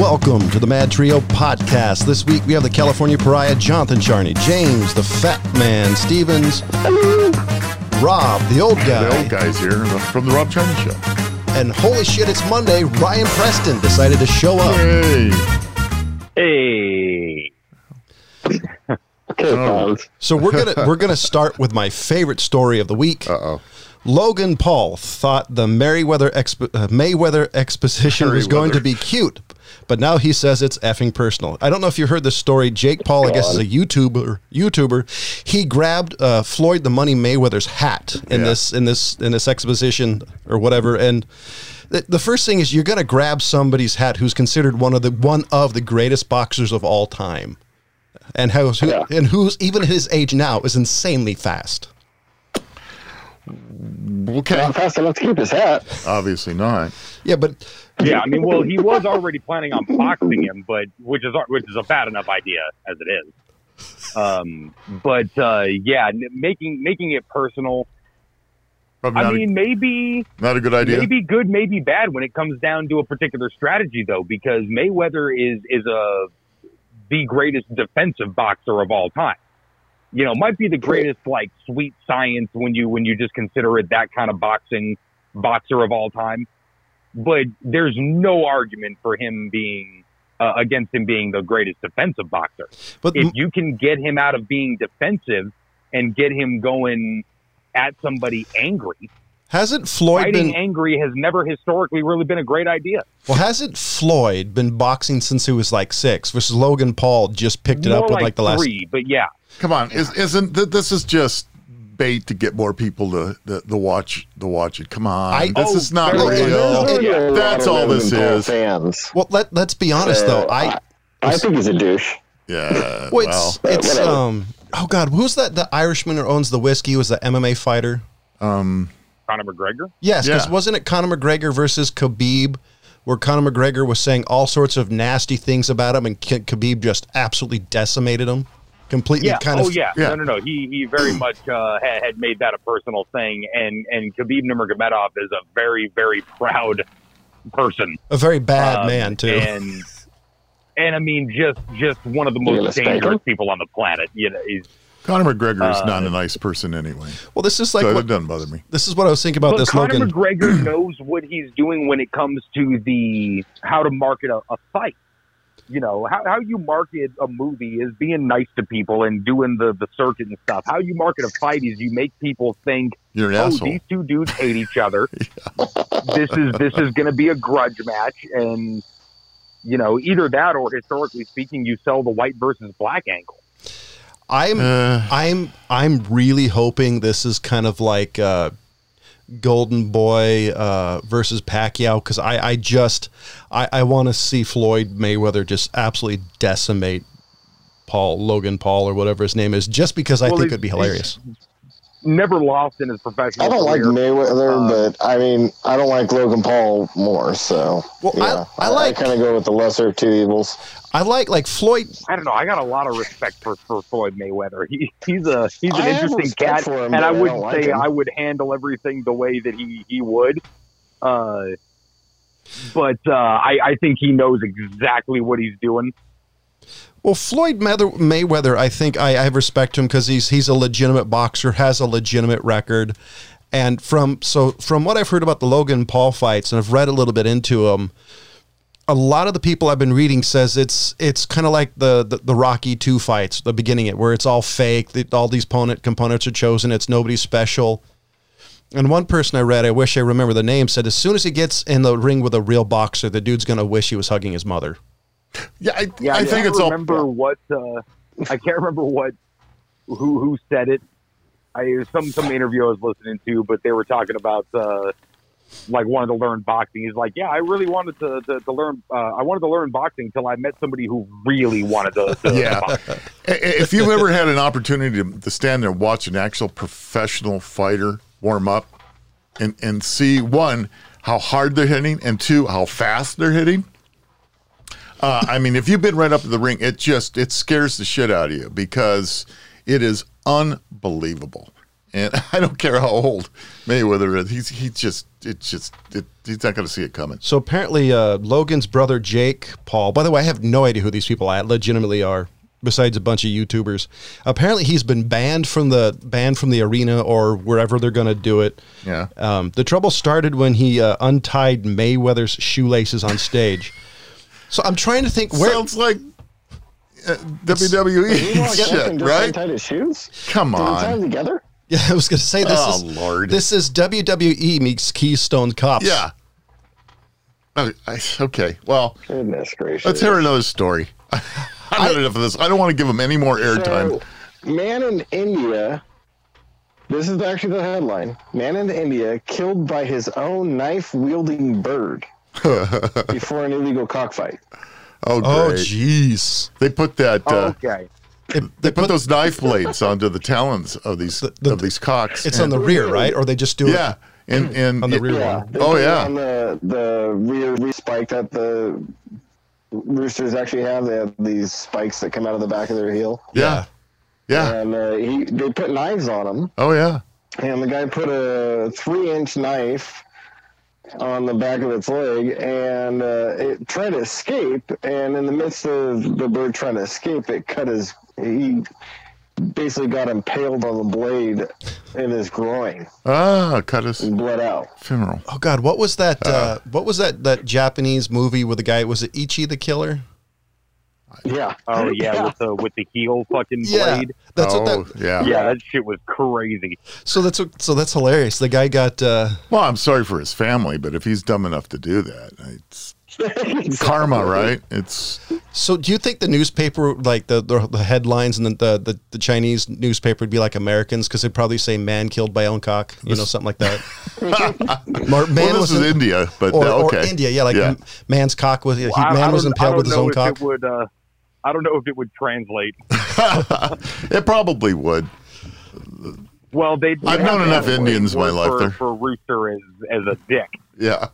Welcome to the Mad Trio podcast. This week we have the California pariah Jonathan Charney, James the Fat Man Stevens, Rob the Old Guy, The old guys here from the Rob China Show. and holy shit, it's Monday. Ryan Preston decided to show up. Hey, Hey. So we're gonna we're gonna start with my favorite story of the week. Uh-oh. Logan Paul thought the Merriweather expo- uh, Mayweather exposition was going to be cute, but now he says it's effing personal. I don't know if you heard this story. Jake Paul, I guess, is a YouTuber. YouTuber, he grabbed uh, Floyd the Money Mayweather's hat in Yeah. this in this in this exposition or whatever, and. th- The first thing is you're going to grab somebody's hat who's considered one of the one of the greatest boxers of all time, and how who, Yeah. and who's even at his age now is insanely fast. okay. Not fast enough to keep his hat. Obviously not. Yeah, but Yeah, I mean, well, he was already planning on boxing him, but which is which is a bad enough idea as it is. Um, but uh, yeah, n- making making it personal. Probably I not, e- mean, maybe a, not a good idea. maybe good, maybe bad when it comes down to a particular strategy, though, because Mayweather is is a the greatest defensive boxer of all time. You know, might be the greatest like sweet science when you when you just consider it that kind of boxing boxer of all time. But there's no argument for him being uh, against him being the greatest defensive boxer but if you can get him out of being defensive and get him going at somebody angry Hasn't Floyd fighting been angry has never historically really been a great idea. well? Hasn't Floyd been boxing since he was like six? Versus Logan Paul just picked it More up with like the last. three, but yeah, Come on, is, isn't th- this is just bait to get more people to the, the watch the watch it? Come on, I- this Oh, is not very real. good. There's really a lot That's of all this Logan Paul is. Fans. Well, let let's be honest though. Uh, I I think he's a douche. Yeah, well, well, it's, it's whatever. um oh god, who's that? The Irishman who owns the whiskey was the MMA fighter. um, Conor McGregor. Yes, because Yeah. wasn't it Conor McGregor versus Khabib, where Conor McGregor was saying all sorts of nasty things about him, and K- Khabib just absolutely decimated him, completely Yeah. kind oh of yeah. yeah. No, no, no. He he very much uh, had, had made that a personal thing, and and Khabib Nurmagomedov is a very very proud person. a very bad Um, man too. And and I mean, just just one of the gonna most spank dangerous him? people on the planet. You know, he's Conor McGregor is Uh, not a nice person anyway, well, this is like so what, it doesn't bother me. this is what I was thinking about But this Conor Logan. McGregor knows what he's doing when it comes to the how to market a, a fight. You know how, how you market a movie is being nice to people and doing the the circuit and stuff. How you market a fight is you make people think, You're an oh, asshole. these two dudes hate each other. this is this is going to be a grudge match, and you know either that or historically speaking, you sell the white versus black angle. I'm Uh, I'm I'm really hoping this is kind of like uh, Golden Boy uh, versus Pacquiao because I, I just I, I want to see Floyd Mayweather just absolutely decimate Paul Logan Paul or whatever his name is just because I Well, think he's- it'd be hilarious. Never lost in his professional I don't like career. Mayweather, Uh, but I mean, I don't like Logan Paul more. So Well, I- yeah, I like- kind of go with the lesser of two evils. I like like Floyd. I don't know. I got a lot of respect for, for Floyd Mayweather. He, he's a he's an I have interesting respect cat, for him, and but I I don't wouldn't like say him. I would handle everything the way that he he would. Uh, but uh, I, I think he knows exactly what he's doing. Well, Floyd Mather- Mayweather, I think I, I have respect to him because he's he's a legitimate boxer, has a legitimate record, and from so from what I've heard about the Logan Paul fights, and I've read a little bit into them. A lot of the people I've been reading says it's it's kind of like the, the the Rocky two fights, the beginning it where it's all fake, that all these opponent components are chosen, it's nobody special. And one person I read, I wish I remember the name, said as soon as he gets in the ring with a real boxer, the dude's gonna wish he was hugging his mother. yeah, I, Yeah, I I, think can't it's all. remember what uh, I can't remember what who who said it. I it was some some interview I was listening to, but they were talking about uh, like wanted to learn boxing. He's like, yeah, I really wanted to to, to learn. Uh, I wanted to learn boxing until I met somebody who really wanted to. to Yeah. to box." I- I- if you've ever had an opportunity to, to stand there and watch an actual professional fighter warm up and, and see one how hard they're hitting and two how fast they're hitting uh, i mean if you've been right up in the ring it just it scares the shit out of you because it is unbelievable and I don't care how old Mayweather is. He's he just it just it, he's not going to see it coming. So apparently, uh, Logan's brother Jake Paul. By the way, I have no idea who these people I legitimately are, besides a bunch of YouTubers. Apparently, he's been banned from the banned from the arena or wherever they're going to do it. Yeah. Um, the trouble started when he uh, untied Mayweather's shoelaces on stage. so I'm trying to think where. Sounds like uh, WWE shit, right? Tied his shoes. Come Did we tie them on. together? yeah, I was going to say this Oh, is Lord. this is WWE meets Keystone Cops. Yeah. Okay, I- Okay. Well, Goodness gracious. let's hear another story. I've had enough of this. I don't want to give him any more airtime. So, man in India. This is actually the headline. Man in India killed by his own knife wielding bird before an illegal cockfight. Oh, Oh, great. jeez. they put that. Uh, Oh. okay. It- They put those knife blades onto the talons of these the- of these cocks. It's on the rear, right? Or they just do yeah, it. and and On the it- rear Yeah. one. they Oh put it yeah, On the the rear, rear spike that the roosters actually have, they have these spikes that come out of the back of their heel. yeah, yeah. And uh, he, they put knives on him, Oh yeah. and the guy put a three-inch knife on the back of its leg, and uh, it tried to escape. And in the midst of the bird trying to escape, it cut his. He basically got impaled on the blade in his groin, Ah, cut his and bled out. femoral. Oh God, what was that? Uh, what was that? That Japanese movie with the guy? Was it Ichi the Killer? Yeah. Oh yeah, with the with the heel fucking blade. that's oh, what that. yeah. Yeah, that shit was crazy. So that's what, so that's hilarious. The guy got. Uh, Well, I'm sorry for his family, but if he's dumb enough to do that, it's karma, right? It's so do you think the newspaper, like the the, the headlines and the, the the Chinese newspaper, would be like Americans because they'd probably say "man killed by own cock," you know, something like that. Mar- man well, this was is in- India, but or, uh, or okay, India, yeah, like yeah. m- man's cock was he, I- I man was don't- I impaled don't with his know own if cock. It would, uh, I don't know if it would translate. it probably would. Well, they. I've known enough Indians in my life. For, They're- for rooster as as a dick, Yeah,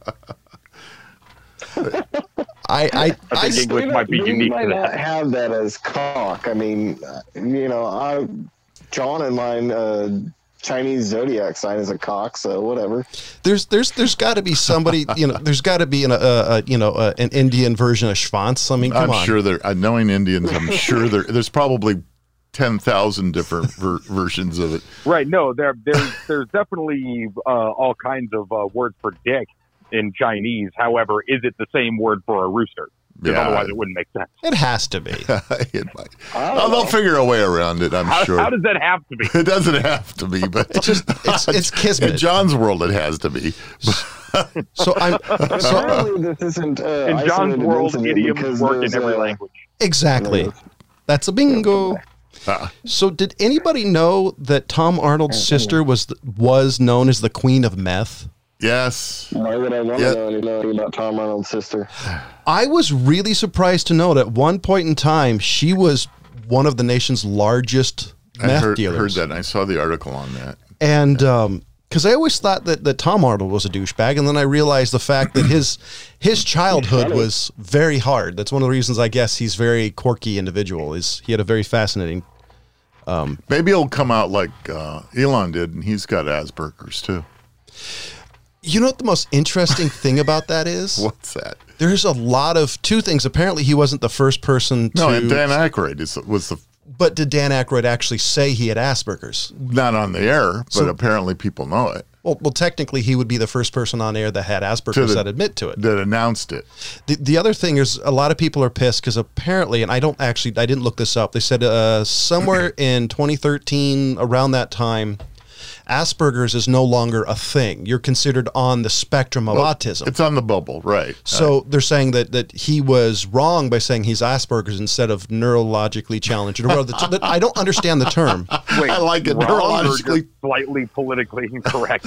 I I, I I think s- English might be we unique might to not that. have that as cock. I mean, uh, you know, I, John and mine, uh, Chinese zodiac sign is a cock, so whatever. there's there's there's got to be somebody you know there's got to be an a, a you know uh an Indian version of Schwanz. I mean, come I'm on. sure there. Uh, knowing Indians, I'm sure there. There's probably ten thousand different ver- versions of it. right? No, there there's there's definitely uh, all kinds of uh, words for dick in Chinese. However, is it the same word for a rooster? Because Yeah. otherwise, it wouldn't make sense. It has to be. it might. I don't Oh, know. they'll figure a way around it. I'm How, sure. how does that have to be? it doesn't have to be, but just- it's- it's kismet. In John's world, it has to be. So I'm so Apparently, this isn't uh, In John's isolated world, incident idioms because work in there's, every uh, language. exactly. That's a bingo. Uh-huh. So did anybody know that Tom Arnold's sister was the, was known as the Queen of Meth? Yes. Why would I want Yeah. to know anything about Tom Arnold's sister? I was really surprised to know that at one point in time she was one of the nation's largest I meth heard, heard dealers. that. And I saw the article on that. And because I always thought that, that Tom Arnold was a douchebag, and then I realized the fact that his his childhood was very hard. That's one of the reasons I guess he's very quirky individual. Is he had a very fascinating Maybe it'll come out like uh, Elon did, and he's got Asperger's too. You know what the most interesting thing about that is? What's that? There's a lot of two things. Apparently, he wasn't the first person to. No, and Dan Aykroyd is, was the but did Dan Aykroyd actually say he had Asperger's? not on the air, but apparently people know it Well, well, technically, he would be the first person on air that had Asperger's the- that admit to it. that announced it. The, the other thing is, a lot of people are pissed because apparently, and I don't actually, I didn't look this up. They said uh, somewhere in 2013, around that time, Asperger's is no longer a thing. You're considered on the spectrum of autism. It's on the bubble, right? So they're saying that that he was wrong by saying he's Asperger's instead of neurologically challenged. Or whatever the t- I don't understand the term. Wait, I like it. wrong or Neurologically- just slightly politically incorrect.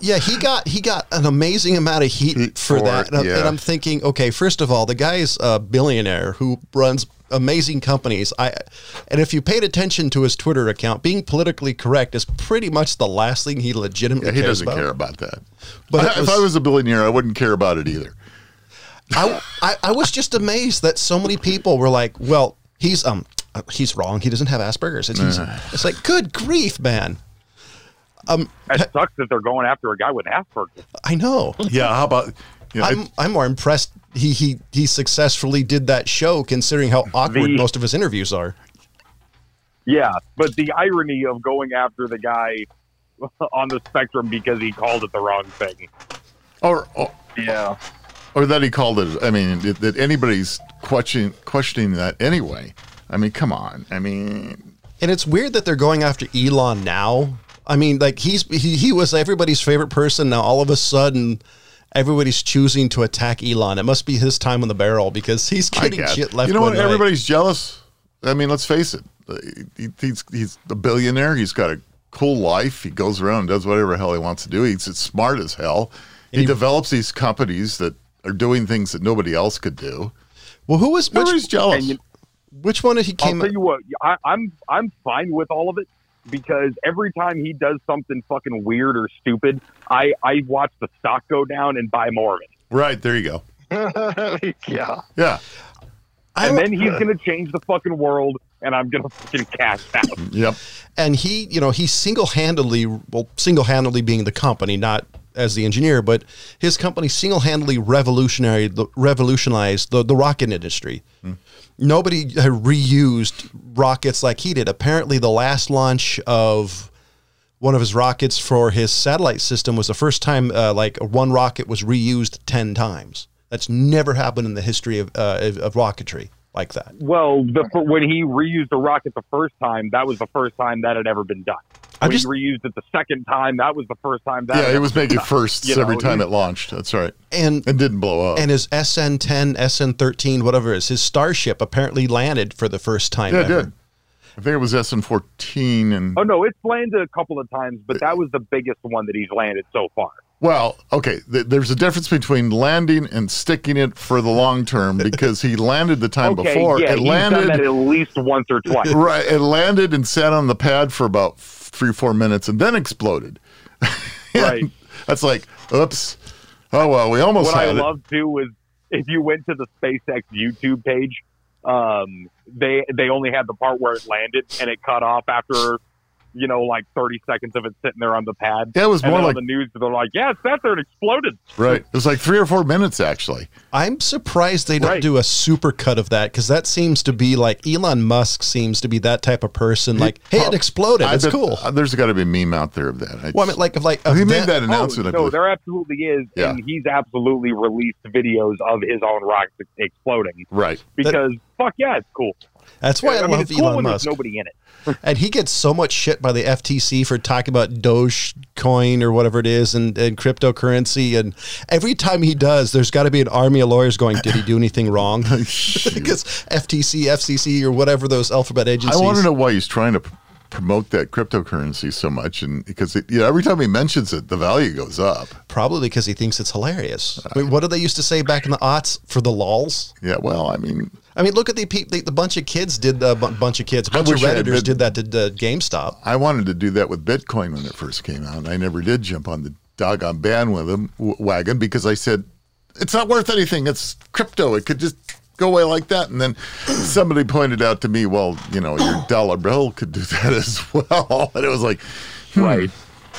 Yeah, he got he got an amazing amount of heat Heat for for that. it, And, I'm- yeah. and I'm thinking, okay, first of all, the guy is a billionaire who runs amazing companies. I and if you paid attention to his Twitter account, being politically correct is pretty much the last thing he legitimately Yeah, he cares doesn't about. care about that. But But it if was- I was a billionaire, I wouldn't care about it either. I, I I was just amazed that so many people were like, well, uh, he's um he's wrong. He doesn't have Asperger's. It's, he's, it's like, good grief, man. Um, That sucks that they're going after a guy with Asperger's. I know. Yeah, how about you know, I'm, I'm more impressed he, he he successfully did that show considering how awkward The- most of his interviews are. Yeah, but the irony of going after the guy on the spectrum because he called it the wrong thing. or, or Yeah. or that he called it? I mean, that- that anybody's questioning questioning that anyway. I mean, come on. I mean, And it's weird that they're going after Elon now. I mean, like he's he, he was everybody's favorite person. Now all of a sudden, everybody's choosing to attack Elon. It must be his time on the barrel because he's I getting guess. shit left. you know and what? right. Everybody's jealous. I mean, let's face it. Uh, He, he's he's a billionaire. He's got a cool life. He goes around and does whatever the hell he wants to do. He's as smart as hell. He, develops these companies that are doing things that nobody else could do. Well, who was Everybody's which, jealous. and you- which one did he I'll came? tell you what, I, I'm I'm fine with all of it because every time he does something fucking weird or stupid, I I watch the stock go down and buy more of it, right there, you go. yeah. Yeah, I don't- and then he's gonna change the fucking world, and I'm gonna fucking cash out. yep. and he you know he single-handedly well single-handedly being the company not as the engineer but his company single-handedly revolutionary revolutionized the, the rocket industry nobody had reused rockets like he did apparently the last launch of one of his rockets for his satellite system was the first time uh, like one rocket was reused 10 times that's never happened in the history of, uh, of, of rocketry like that Well, the, for when he reused the rocket the first time, that was the first time that had ever been done. I'm When just- he reused it the second time, that was the first time that. Yeah, had it was ever been making done. firsts You know, every time he- it launched. That's right. and It didn't blow up. and his SN10, SN13, whatever it is, his starship apparently landed for the first time. yeah, it ever. did. I think it was SN14 and Oh no, it's landed a couple of times, Uh, but that was the biggest one that he's landed so far. Well, okay. Th- there's a difference between landing and sticking it for the long term because he landed the time okay, before. yeah, it he's done that landed at least once or twice. right. It landed and sat on the pad for about f- three, four minutes, and then exploded. Right. That's like, oops. Oh well, we almost what I had it. love too is if you went to the SpaceX YouTube page, um, they they only had the part where it landed and it cut off after, you know, like thirty seconds of it sitting there on the pad. Yeah, it was and more then like on the news. They're like, "Yeah, it sat there and exploded." right. It was like three or four minutes actually. I'm surprised they don't Right. do a super cut of that because that seems to be like Elon Musk seems to be that type of person. Like, hey, it prob- exploded. I It's bet- cool. uh, there's got to be a meme out there of that. I Well, I mean, like, like just- he of made that- that announcement. I Oh, no, believe. there absolutely is, Yeah. and he's absolutely released videos of his own rockets exploding right. because fuck yeah, it's cool. That's why I, I mean, love it's cool Elon when Musk, there's nobody in it. and he gets so much shit by the FTC for talking about Dogecoin or whatever it is, and, and cryptocurrency. And every time he does, there's got to be an army of lawyers going, "Did he do anything wrong?" because FTC, FCC, or whatever those alphabet agencies. I want to know why he's trying to p- promote that cryptocurrency so much, and because it, you know, every time he mentions it, the value goes up. Probably because he thinks it's hilarious. Uh, I mean, what did they used to say back in the aughts for the lols? Yeah, well, I mean, I mean, look at the pe- the, the bunch of kids did the bu- bunch of kids, bunch of wish I had redditors been- did that to uh, GameStop. I wanted to do that with Bitcoin when it first came out, and I never did jump on the doggone bandwagon w- wagon because I said it's not worth anything. It's crypto. It could just go away like that. And then somebody pointed out to me, well, you know, your dollar bill could do that as well, and it was like, hmm. Right.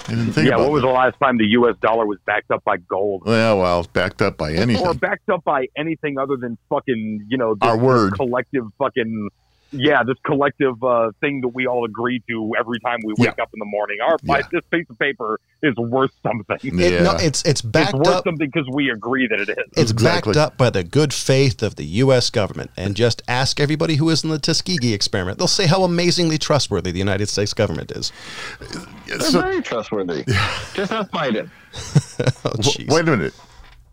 I didn't think yeah. about What was that. the last time the U.S. dollar was backed up by gold? Yeah, well, it's backed up by or anything. backed up by anything other than fucking you know this, Our this word. collective fucking yeah this collective uh, thing that we all agree to every time we wake up in the morning our Yeah. this piece of paper is worth something It- no, Yeah. it's it's it's backed worth up. something because we agree that it is It's Exactly. backed up by the good faith of the U.S. government. And just ask everybody who was in the Tuskegee experiment; they'll say how amazingly trustworthy the United States government is. They're So- very trustworthy. Just ask Biden. Oh, W- jeez. Wait a minute.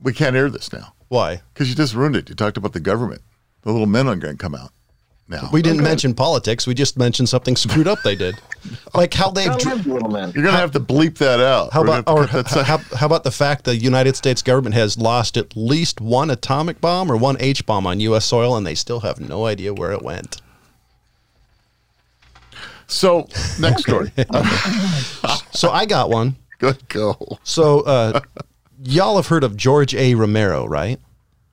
We can't air this now Why? because you just ruined it. You talked about the government. The little men are going to come out now. We didn't mention politics. We just mentioned something screwed up they did, like how they've. I dr- love little men. You're going to have to bleep that out. How We're about gonna or cut that how, se- how, how about the fact the United States government has lost at least one atomic bomb or one H bomb on U.S. soil, and they still have no idea where it went. so next story. So I got one. Good go. So uh, y'all have heard of George A. Romero, right?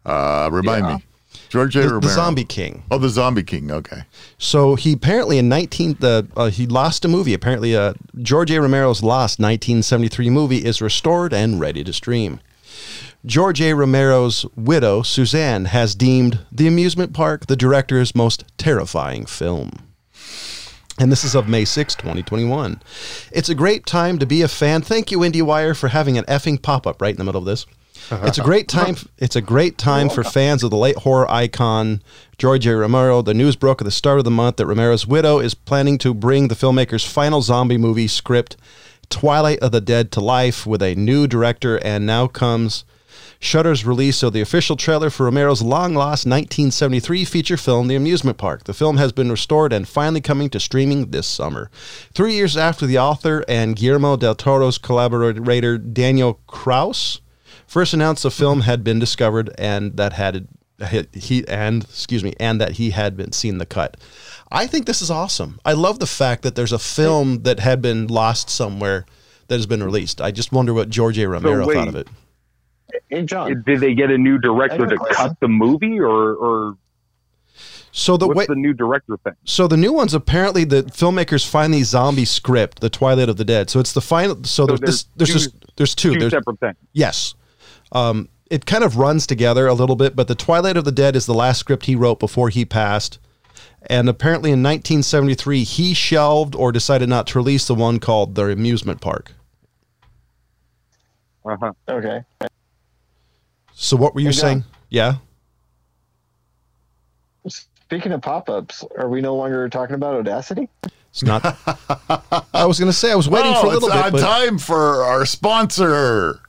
Uh, remind me. George A. The- Romero. the Zombie King. Oh, the Zombie King. Okay. So he apparently in 19 the uh, he lost a movie. Apparently, uh, George A. Romero's lost 1973 movie is restored and ready to stream. George A. Romero's widow Suzanne has deemed the amusement park the director's most terrifying film. And this is of May 6, 2021. It's a great time to be a fan. Thank you, IndieWire, for having an effing pop up right in the middle of this. It's a great time. It's a great time for fans of the late horror icon George A. Romero. The news broke at the start of the month that Romero's widow is planning to bring the filmmaker's final zombie movie script, Twilight of the Dead, to life with a new director. And now comes Shudder's release of the official trailer for Romero's long lost 1973 feature film, The Amusement Park. The film has been restored and finally coming to streaming this summer. Three years after the author and Guillermo del Toro's collaborator Daniel Kraus first announced the film had been discovered and that had he and excuse me and that he had been seen the cut. I think this is awesome. I love the fact that there's a film that had been lost somewhere that has been released. I just wonder what George A. Romero wait. thought of it. Hey, John. Did they get a new director to I have a question. cut the movie, or, or So the what's way the new director thing? so the new one's apparently the filmmakers finally zombie script, the Twilight of the Dead. So it's the final. So, there's there's this, there's two- just there's two. Two there's separate things. yes, um, it kind of runs together a little bit. But the Twilight of the Dead is the last script he wrote before he passed, and apparently in 1973 he shelved or decided not to release the one called The Amusement Park. Uh-huh. Okay. So what were you Hey, John. saying? Yeah. Speaking of pop ups, are we no longer talking about Audacity? It's not. I was going to say I was waiting oh, for a little it's bit. on but- time for our sponsor.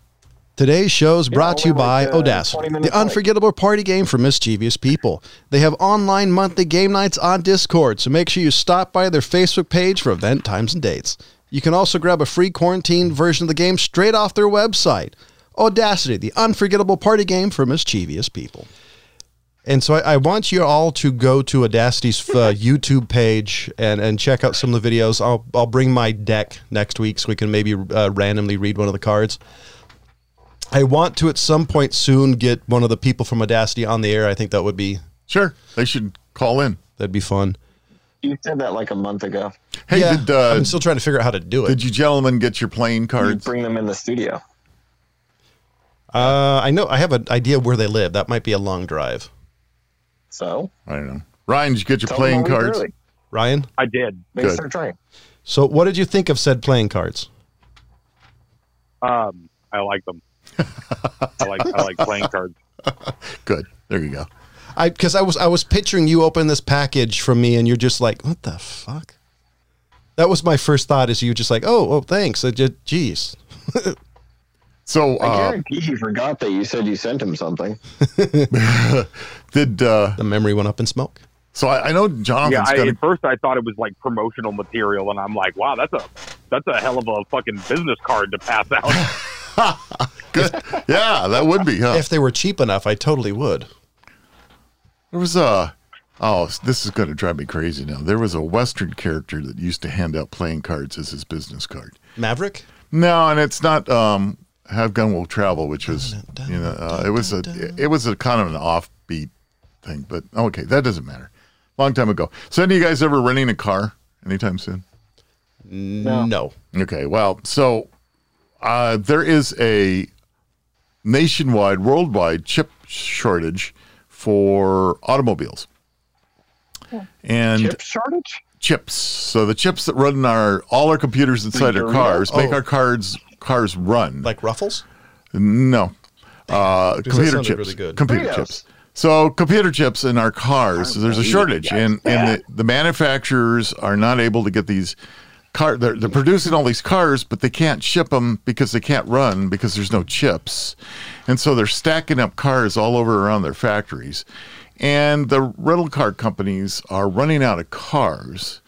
Today's show is brought to you only by like, uh, 20 Audacity, minutes the unforgettable party game for mischievous people. They have online monthly game nights on Discord, so make sure you stop by their Facebook page for event times and dates. You can also grab a free quarantine version of the game straight off their website. Audacity, the unforgettable party game for mischievous people. And so I, I want you all to go to Audacity's uh, YouTube page and, and check out some of the videos. I'll, I'll bring my deck next week so we can maybe uh, randomly read one of the cards. I want to at some point soon get one of the people from Audacity on the air. I think that would be Sure, they should call in. that'd be fun. You said that like a month ago. Hey, yeah, did uh, I'm still trying to figure out how to do it. did you gentlemen get your playing You cards? bring them in the studio. uh, I know I have an idea where they live. That might be a long drive. So I don't know. Ryan, did you get your tell them playing a week cards? early. Ryan, I did. They Good. start trying. so what did you think of said playing cards? Um, I like them. I like I like playing cards. Good. There you go. I because I was I was picturing you open this package from me and you're just like, what the fuck? That was my first thought. Is you just like, oh, oh, thanks. I just, geez, So, I uh, guarantee you forgot that you said you sent him something. did uh, the memory went up in smoke. so? I, I know Jonathan's yeah, I, got a at first I thought it was like promotional material, and I'm like, wow, that's a that's a hell of a fucking business card to pass out. good. yeah, that would be. Huh? If they were cheap enough, I totally would. There was a. Oh, this is going to drive me crazy now. There was a Western character that used to hand out playing cards as his business card. Maverick. No, and it's not um, "Have Gun Will Travel," which was you know uh, it was a it was a kind of an offbeat thing, but okay, that doesn't matter. Long time ago. So, any of you guys ever renting a car anytime soon? No. Okay, well, so uh, there is a nationwide, worldwide chip shortage for automobiles. And Chip shortage? chips. So the chips that run our all our computers inside our Dorito? cars make Oh. our cards cars run. like Ruffles. No. Uh, computer sounded chips. really good. Computer Doritos. chips. So computer chips in our cars, there's a shortage, and and the, the manufacturers are not able to get these car. They're, they're producing all these cars, but they can't ship them because they can't run because there's no chips, and so they're stacking up cars all over around their factories, and the rental car companies are running out of cars.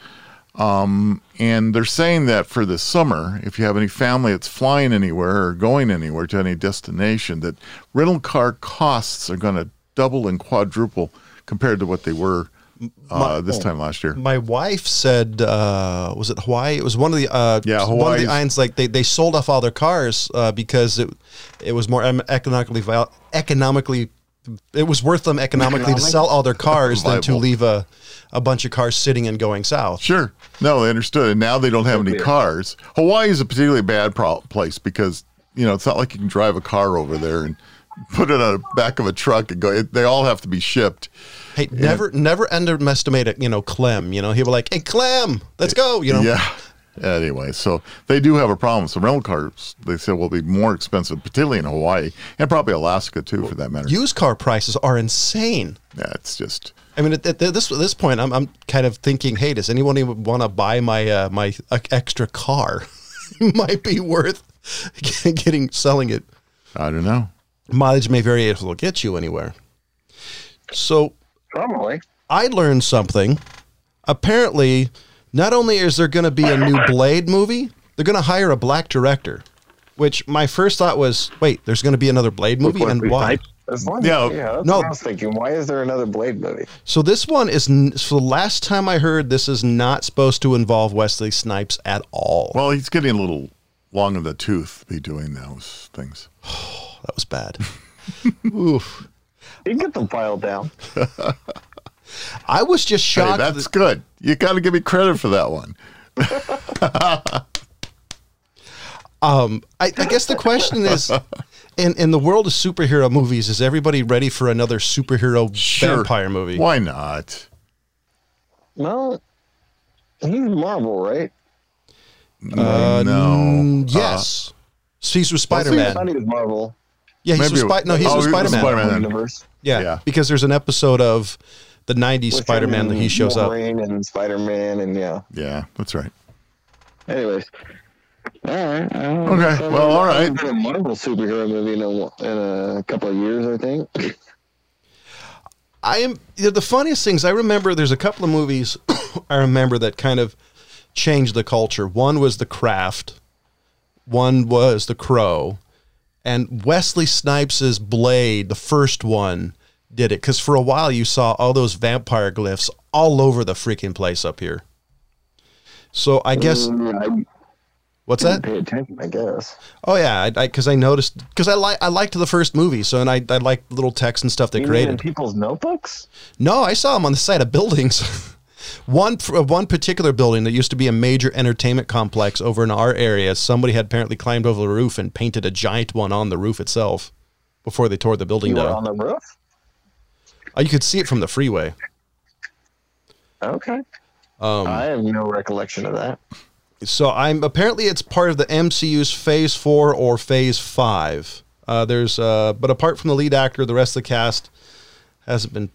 And they're saying that for the summer, if you have any family that's flying anywhere or going anywhere to any destination, that rental car costs are going to double and quadruple compared to what they were uh, this time last year. my wife said, uh, was it Hawaii? It was one of the uh, Yeah, one of Hawaii's- the islands. Like they, they sold off all their cars uh, because it it was more em- economically val- economically it was worth them economically to sell all their cars than to Viable. leave a, a bunch of cars sitting and going south. Sure. No, they understood. And now they don't have any cars. Hawaii is a particularly bad pro- place because, you know, it's not like you can drive a car over there and put it on the back of a truck and go. It, they all have to be shipped. Hey, never never underestimate it. You know, Clem. You know, he was like, "Hey, Clem, let's go." You know, Yeah. Anyway, so they do have a problem. So rental cars, they said, will be more expensive, particularly in Hawaii and probably Alaska too, for that matter. used car prices are insane. yeah, it's just I mean, at, at this at this point, I'm, I'm kind of thinking, hey, does anyone even want to buy my uh, my uh, extra car? It Might be worth getting selling it. I don't know. Mileage may vary; if it'll get you anywhere. So Probably. I learned something. Apparently, not only is there going to be a new Blade movie, they're going to hire a black director. Which my first thought was, wait, there's going to be another Blade movie, and why? As long Yeah, as, yeah, that's no. what I was thinking. Why is there another Blade movie? So this one is. n- So the last time I heard, this is not supposed to involve Wesley Snipes at all. Well, he's getting a little long in the tooth to be doing those things. That was bad. Oof. You can get the file down. I was just Hey, shocked. that's good. You got to give me credit for that one. um, I, I guess the question is, in in the world of superhero movies, is everybody ready for another superhero Sure. vampire movie? Why not? Well, he's Marvel, right? Uh, Mm, no. Uh, n- Yes. So he's with Well, Spider Man. I thought he was Marvel Yeah, he's Maybe with it- Spider. No, he's oh, with he was Spider Man. Spider-Man. universe. Yeah, Yeah. because there's an episode of the '90s with Spider Man him that he and shows up. Wolverine and Spider Man, and yeah. Yeah, that's right. Anyways. All right. I don't Okay, know. well, all right. There's been A Marvel superhero movie in a, in a couple of years, I think. I am you know, the funniest things I remember. There's a couple of movies I remember that kind of changed the culture. One was The Craft. One was The Crow, and Wesley Snipes' Blade, the first one, did it because for a while you saw all those vampire glyphs all over the freaking place up here. So I guess Mm, what's I didn't that? pay attention, I guess. Oh yeah, I because I, noticed because I like I liked the first movie, so and I I liked little text and stuff they You mean in created. people's notebooks? No, I saw them on the side of buildings. one uh, one particular building that used to be a major entertainment complex over in our area, somebody had apparently climbed over the roof and painted a giant one on the roof itself before they tore the building You were down. on the roof? Oh, you could see it from the freeway. Okay. Um, I have no recollection of that. so I'm apparently it's part of the MCU's Phase Four or Phase Five. Uh, there's, uh, but apart from the lead actor, the rest of the cast hasn't been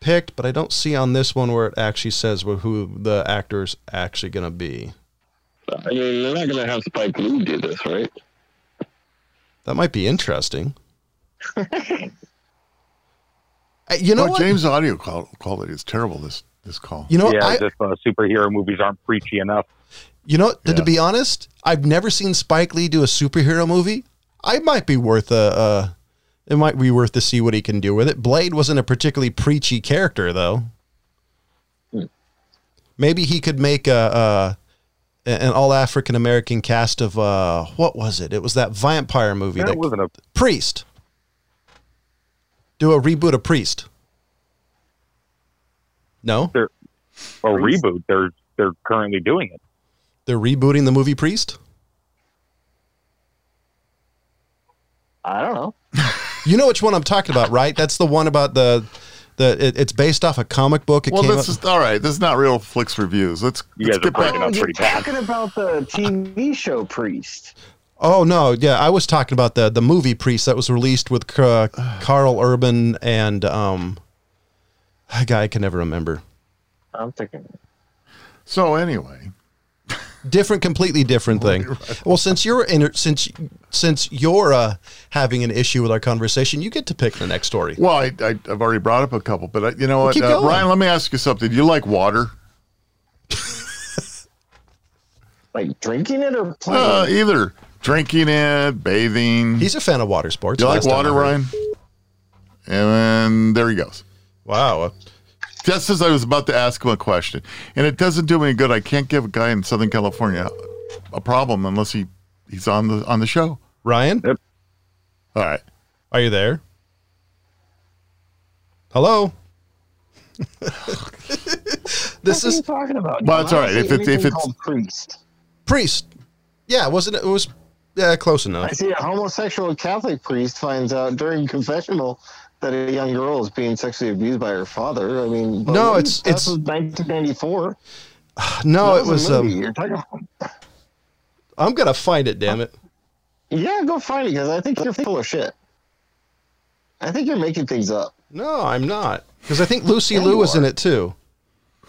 picked. But I don't see on this one where it actually says wh- who the actor's actually going to be. I mean, they're not going to have Spike Lee do this, right? That might be interesting. Uh, you know Well, what? James' audio qual- quality is terrible. This this call. you know, yeah, I, as if uh, superhero movies aren't preachy enough. you know. To, to Yeah. be honest, I've never seen Spike Lee do a superhero movie. I might be worth a. Uh, it might be worth to see what he can do with it. Blade wasn't a particularly preachy character, though. Maybe he could make a, uh an all African American cast of uh, what was it? It was that vampire movie, That that wasn't a Priest. Do a reboot of Priest. No, a reboot. They're they're currently doing it. they're rebooting the movie Priest. I don't know. You know which one I'm talking about, right? That's the one about the the. It, it's based off a comic book. It well, came out. this is all right. This is not real Flix reviews. Let's, You let's guys are get back. breaking up you're pretty bad. talking about the TV show Priest. oh no, yeah, I was talking about the the movie Priest that was released with uh, Carl Urban and um, a guy I can never remember. I'm thinking. So anyway, different completely different thing well since you're in since since you're uh, having an issue with our conversation you get to pick the next story well, I, I I've already brought up a couple, but I, you know what, keep uh, going. Ryan? Let me ask you something. Do you like water? Like drinking it or playing? Uh, it? either drinking it, bathing. Oh, he's a fan of water sports Do you like last time water, I heard. Ryan? And there he goes. wow Uh, Just as I was about to ask him a question, and it doesn't do me any good. I can't give a guy in Southern California a problem unless he he's on the on the show. ryan All right. are you there Hello. this What are you is talking about? Well, it's I all right. don't see If it's- if anything it's- called priest, priest. Yeah, wasn't it? It was yeah, close I enough. see a homosexual Catholic priest finds out during confessional that a young girl is being sexually abused by her father. I mean, but No, what- it's- that it's- was 1994. No, That it was. a movie. Um, You're talking about- I'm gonna find it. Damn it. Yeah, go find it because I think you're full of shit. I think you're making things up. No, I'm not. Because I think Lucy Yeah, Liu you was in are. it too.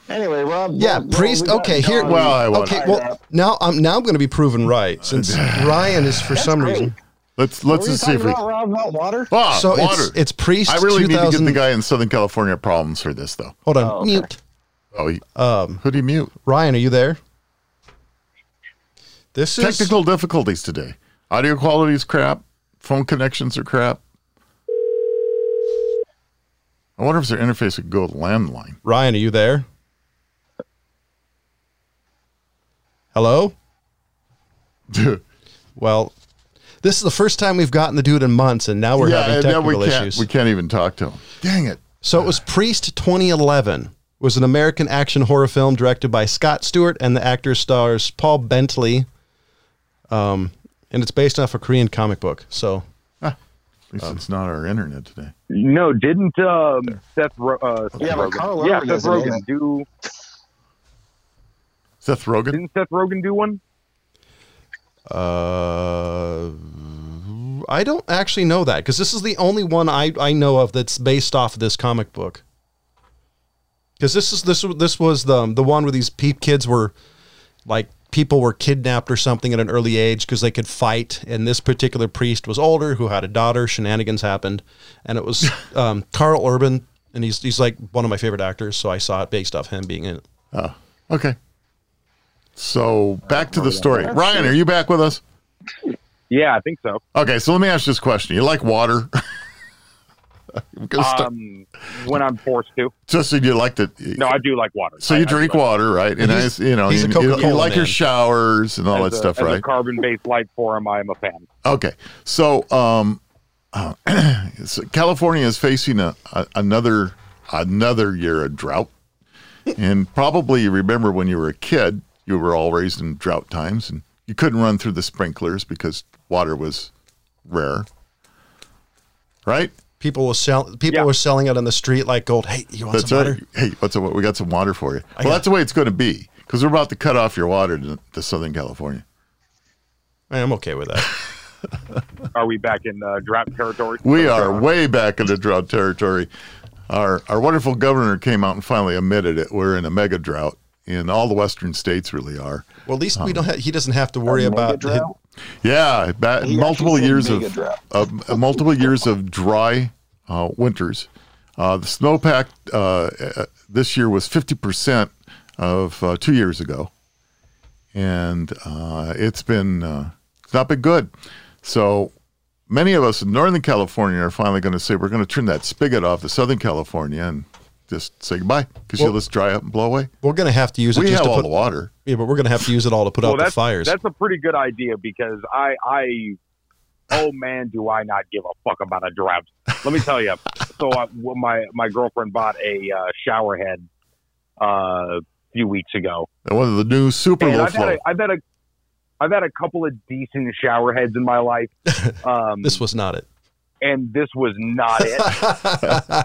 Anyway, Rob. Yeah, Rob, priest. we got okay, here. Don. Well, Oh, I won't. okay, well, now I'm now I'm going to be proven right since Ryan is for some great. reason. Let's let's Were you just see talking if we. about Rob, not water? Ah, So water. it's it's priest. I really need to 2000, get the guy in Southern California problems for this though. Hold on, Oh, okay. mute. Oh, he, Um, who do you mute? Ryan, are you there? This is Technical difficulties today. Audio quality is crap. Phone connections are crap. I wonder if their interface would go landline. Ryan. Are you there? Hello. yeah, Well, this is the first time we've gotten the dude in months, and now we're having and now we technical can't issues. we can't even talk to him. Dang it! So it was Priest 2011 was an American action horror film directed by Scott Stewart and the actor stars Paul Bentley. Um, and it's based off a Korean comic book. So At least Um, it's not our internet today. No, didn't um, Seth, Ro- uh, Seth Yeah, but Rogen? Karl Urban yeah, Seth doesn't Rogen either. do? Seth Rogen. Didn't Seth Rogen do one? uh, I don't actually know that because this is the only one I, I know of that's based off of this comic book. Because this is this w- this was the the one where these peep kids were like people were kidnapped or something at an early age because they could fight, and this particular priest was older who had a daughter. Shenanigans happened, and it was um, Carl Urban, and he's he's like one of my favorite actors, so I saw it based off him being in it. Okay. So back to the story. Ryan, are you back with us? Yeah, I think so. Okay, so let me ask you this question. You like water? I'm gonna start- Um, when I'm forced to. just so you like to. No, I do like water. so I- you I do drink like- water, right? And I, He's- you know, he's a you, you- you Coca-Cola like your man. showers and all that as a- stuff, as a right? carbon-based light form, I am a fan. Okay. So, um, uh, so California is facing a, a, another another year of drought, and probably you remember when you were a kid, you were all raised in drought times, and you couldn't run through the sprinklers because water was rare, right? People were sell people Yeah. were selling it on the street like gold. Hey, you want That's some water? right. Hey, what's up? We got some water for you. well, got- that's the way it's going to be because we're about to cut off your water to, to Southern California. I'm okay with that. Are we back in uh, drought territory? We are way back into drought territory. Our our wonderful governor came out and finally admitted it. We're in a mega drought, and all the western states really are. Well, at least we Um, don't. Ha- he doesn't have to worry about. Mega drought? Yeah, ba- He multiple actually said years mega of, drought. of uh, multiple years of dry uh, winters. Uh, the snowpack uh, uh, this year was fifty percent of uh, two years ago, and uh, it's been uh, it's not been good. So many of us in Northern California are finally going to say we're going to turn that spigot off to Southern California and just say goodbye because Well- you'll just dry up and blow away. We're gonna have to use it We just have to all the put. water. Yeah, but we're gonna have to use it all to put out the that's, fires. That's a pretty good idea because I, I, oh man, do I not give a fuck about a drought? Let me tell you. So I, well, my my girlfriend bought a uh, shower head uh, a few weeks ago, And One of the new super and low I've had, flow. a, I've had a I've had a couple of decent shower heads in my life. Um, this was not it. and this was not it.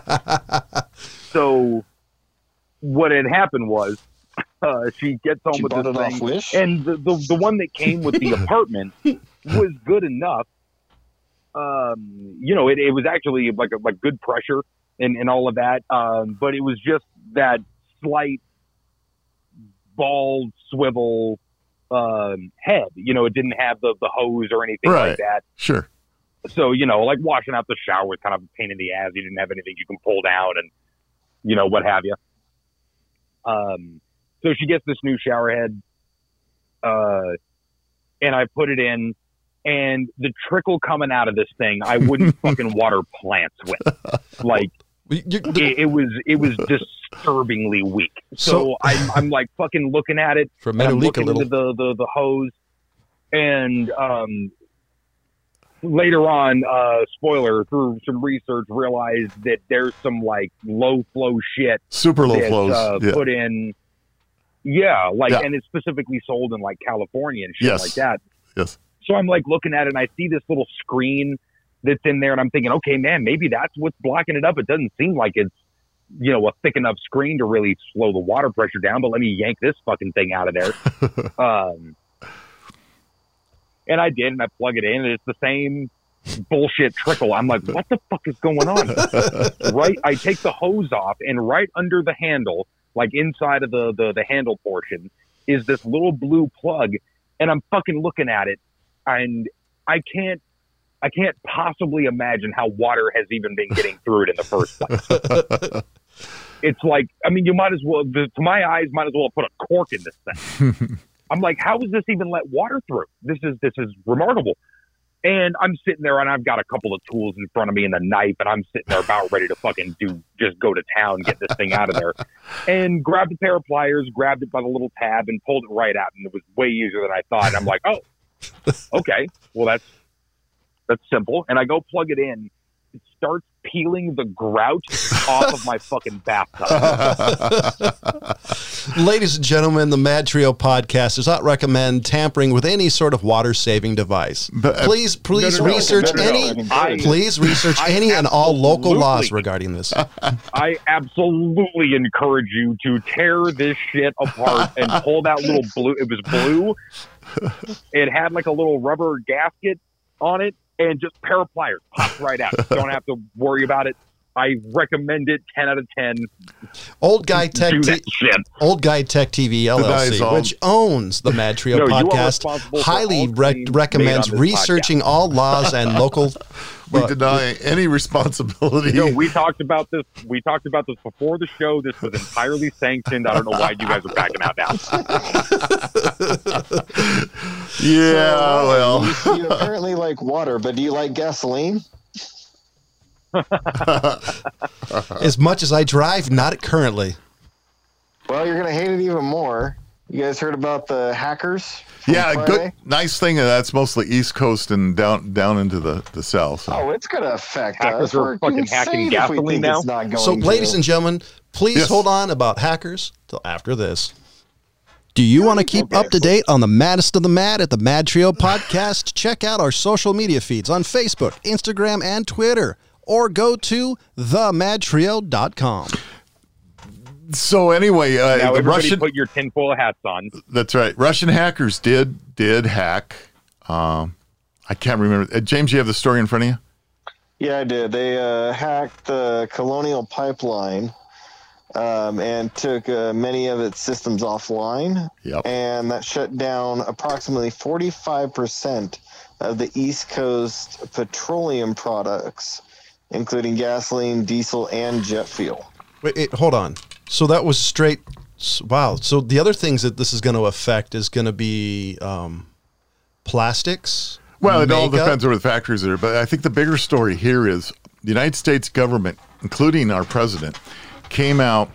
so what had happened was uh, she gets home She with bought this it off thing, Wish. and the, the the one that came with the apartment was good enough. Um, you know, it, it was actually like a, like good pressure and, and all of that. Um, but it was just that slight bald swivel um, head. You know, it didn't have the, the hose or anything Right. like that Sure. so you know, like washing out the shower was kind of a pain in the ass. You didn't have anything you can pull down, and you know what have you. Um, so she gets this new shower head, uh, and I put it in, and the trickle coming out of this thing, I wouldn't fucking water plants with. Like You- you- it, it was, it was disturbingly weak. So, So- I'm, I'm like fucking looking at it. from And I'm Meadowleak a looking little. into the, the, the hose, and um, later on, uh, spoiler, through some research, realized that there's some like low flow shit Super low that's, flows. uh, yeah. put in. Yeah, like, Yeah. and it's specifically sold in like California and shit Yes. like that. Yes. So I'm like looking at it and I see this little screen that's in there and I'm thinking, okay, man, maybe that's what's blocking it up. It doesn't seem like it's, you know, a thick enough screen to really slow the water pressure down, but let me yank this fucking thing out of there. um, and I did, and I plug it in and it's the same bullshit trickle. I'm like, what the fuck is going on? here? right. I take the hose off and right under the handle, like inside of the, the, the handle portion is this little blue plug and I'm fucking looking at it and I can't I can't possibly imagine how water has even been getting through it in the first place. it's like I mean you might as well the, to my eyes might as well put a cork in this thing. I'm like how is this even let water through? This is this is remarkable. And I'm sitting there and I've got a couple of tools in front of me and a knife and I'm sitting there about ready to fucking do just go to town get this thing out of there. And grabbed a pair of pliers, grabbed it by the little tab and pulled it right out and it was way easier than I thought. And I'm like, "Oh, okay, well that's that's simple. And I go plug it in. It starts peeling the grout off of my fucking bathtub. Ladies and gentlemen, the Mad Trio podcast does not recommend tampering with any sort of water saving device. But, uh, please, please no, no, research no, no, no, I any. can tell you. Please research I any and all local absolutely- laws regarding this. Uh, I absolutely encourage you to tear this shit apart and pull that little blue. It was blue. It had like a little rubber gasket on it, and just pair of pliers popped right out. Don't have to worry about it. I recommend it ten out of ten. Old guy tech, Do T- that shit. old guy tech TV guy's LLC, all- which owns the Mad Trio No, you are responsible podcast, for highly all rec- things recommends made on this researching all laws and local. we uh, deny any responsibility. No, we talked about this. We talked about this before the show. This was entirely sanctioned. I don't know why you guys are backing out now. yeah, well. you, you apparently like water, but do you like gasoline? as much as I drive, not currently. Well, you're gonna hate it even more. You guys heard about the hackers? from Yeah, good, Friday? nice thing. that That's mostly East Coast and down down into the the South. so. Oh, it's gonna affect Hackers us. are We're fucking insane hacking if we gasoline think now. It's not going So, to. ladies and gentlemen, please Yes. hold on about hackers till after this. Do you want to keep up to date on the maddest of the mad at the Mad Trio podcast? Check out our social media feeds on Facebook, Instagram, and Twitter, or go to themadtrio.com. So anyway, Now, uh, the everybody Russian. put your tinfoil hats on. that's right. Russian hackers did did hack. Um, I can't remember. Uh, James, you have the story in front of you. Yeah, I did. They uh, hacked the Colonial Pipeline um, and took uh, many of its systems offline, Yep. and that shut down approximately 45% of the East Coast petroleum products, including gasoline, diesel, and jet fuel. Wait, it, hold on. So that was straight. s- Wow. So the other things that this is going to affect is going to be um, plastics. Well, it all makeup. depends where the factories are, but I think the bigger story here is the United States government, including our president, came out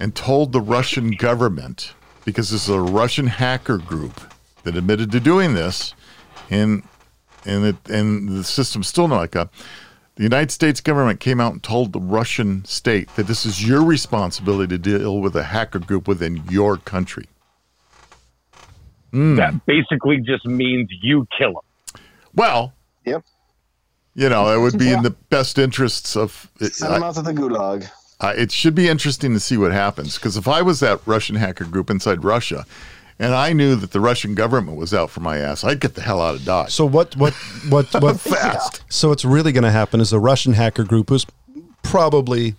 and told the Russian government because this is a Russian hacker group that admitted to doing this, and and it, and the system's still not like up. The United States government came out and told the Russian state that this is your responsibility to deal with a hacker group within your country. That basically just means you kill them. Well, Yep. you know, it would be in the best interests of. Send them out to the gulag. Uh, it should be interesting to see what happens because if I was that Russian hacker group inside Russia, and I knew that the Russian government was out for my ass, I'd get the hell out of Dodge So what? What? What? What? fast. So what's really going to happen is the Russian hacker group is probably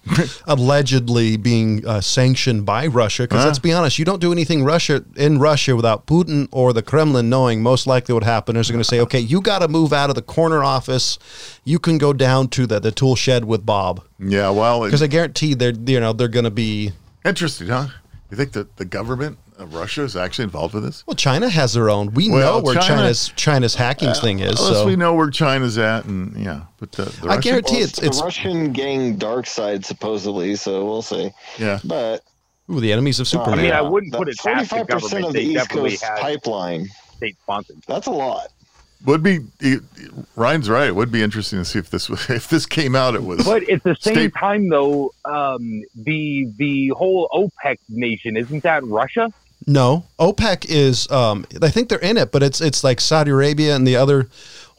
allegedly being uh, sanctioned by Russia. Because Uh-huh. let's be honest, you don't do anything Russia in Russia without Putin or the Kremlin knowing. Most likely, what happened is they're going to say, Uh-huh. "Okay, you got to move out of the corner office. You can go down to the the tool shed with Bob." Yeah, well, Because it's I guarantee they're you know they're going to be. interesting, huh? You think that the government of Russia is actually involved with this? Well, China has their own. We Well, know where China- Uh, China's China's hacking thing is. Unless So we know where China's at, and yeah, but the, the I Russian- guarantee it's the it's Russian gang dark side, supposedly, so we'll see. Yeah, But ooh, the enemies of I Superman. I mean, I wouldn't the put it past the 45% government. of the They East definitely Coast have- pipeline. State sponsored. That's a lot. Would be it- Ryan's right. It would be interesting to see if this was, if this came out. It was But at the same State- time, though, um, the the whole OPEC nation isn't that Russia? No, OPEC is. Um, I think they're in it, but it's it's like Saudi Arabia and the other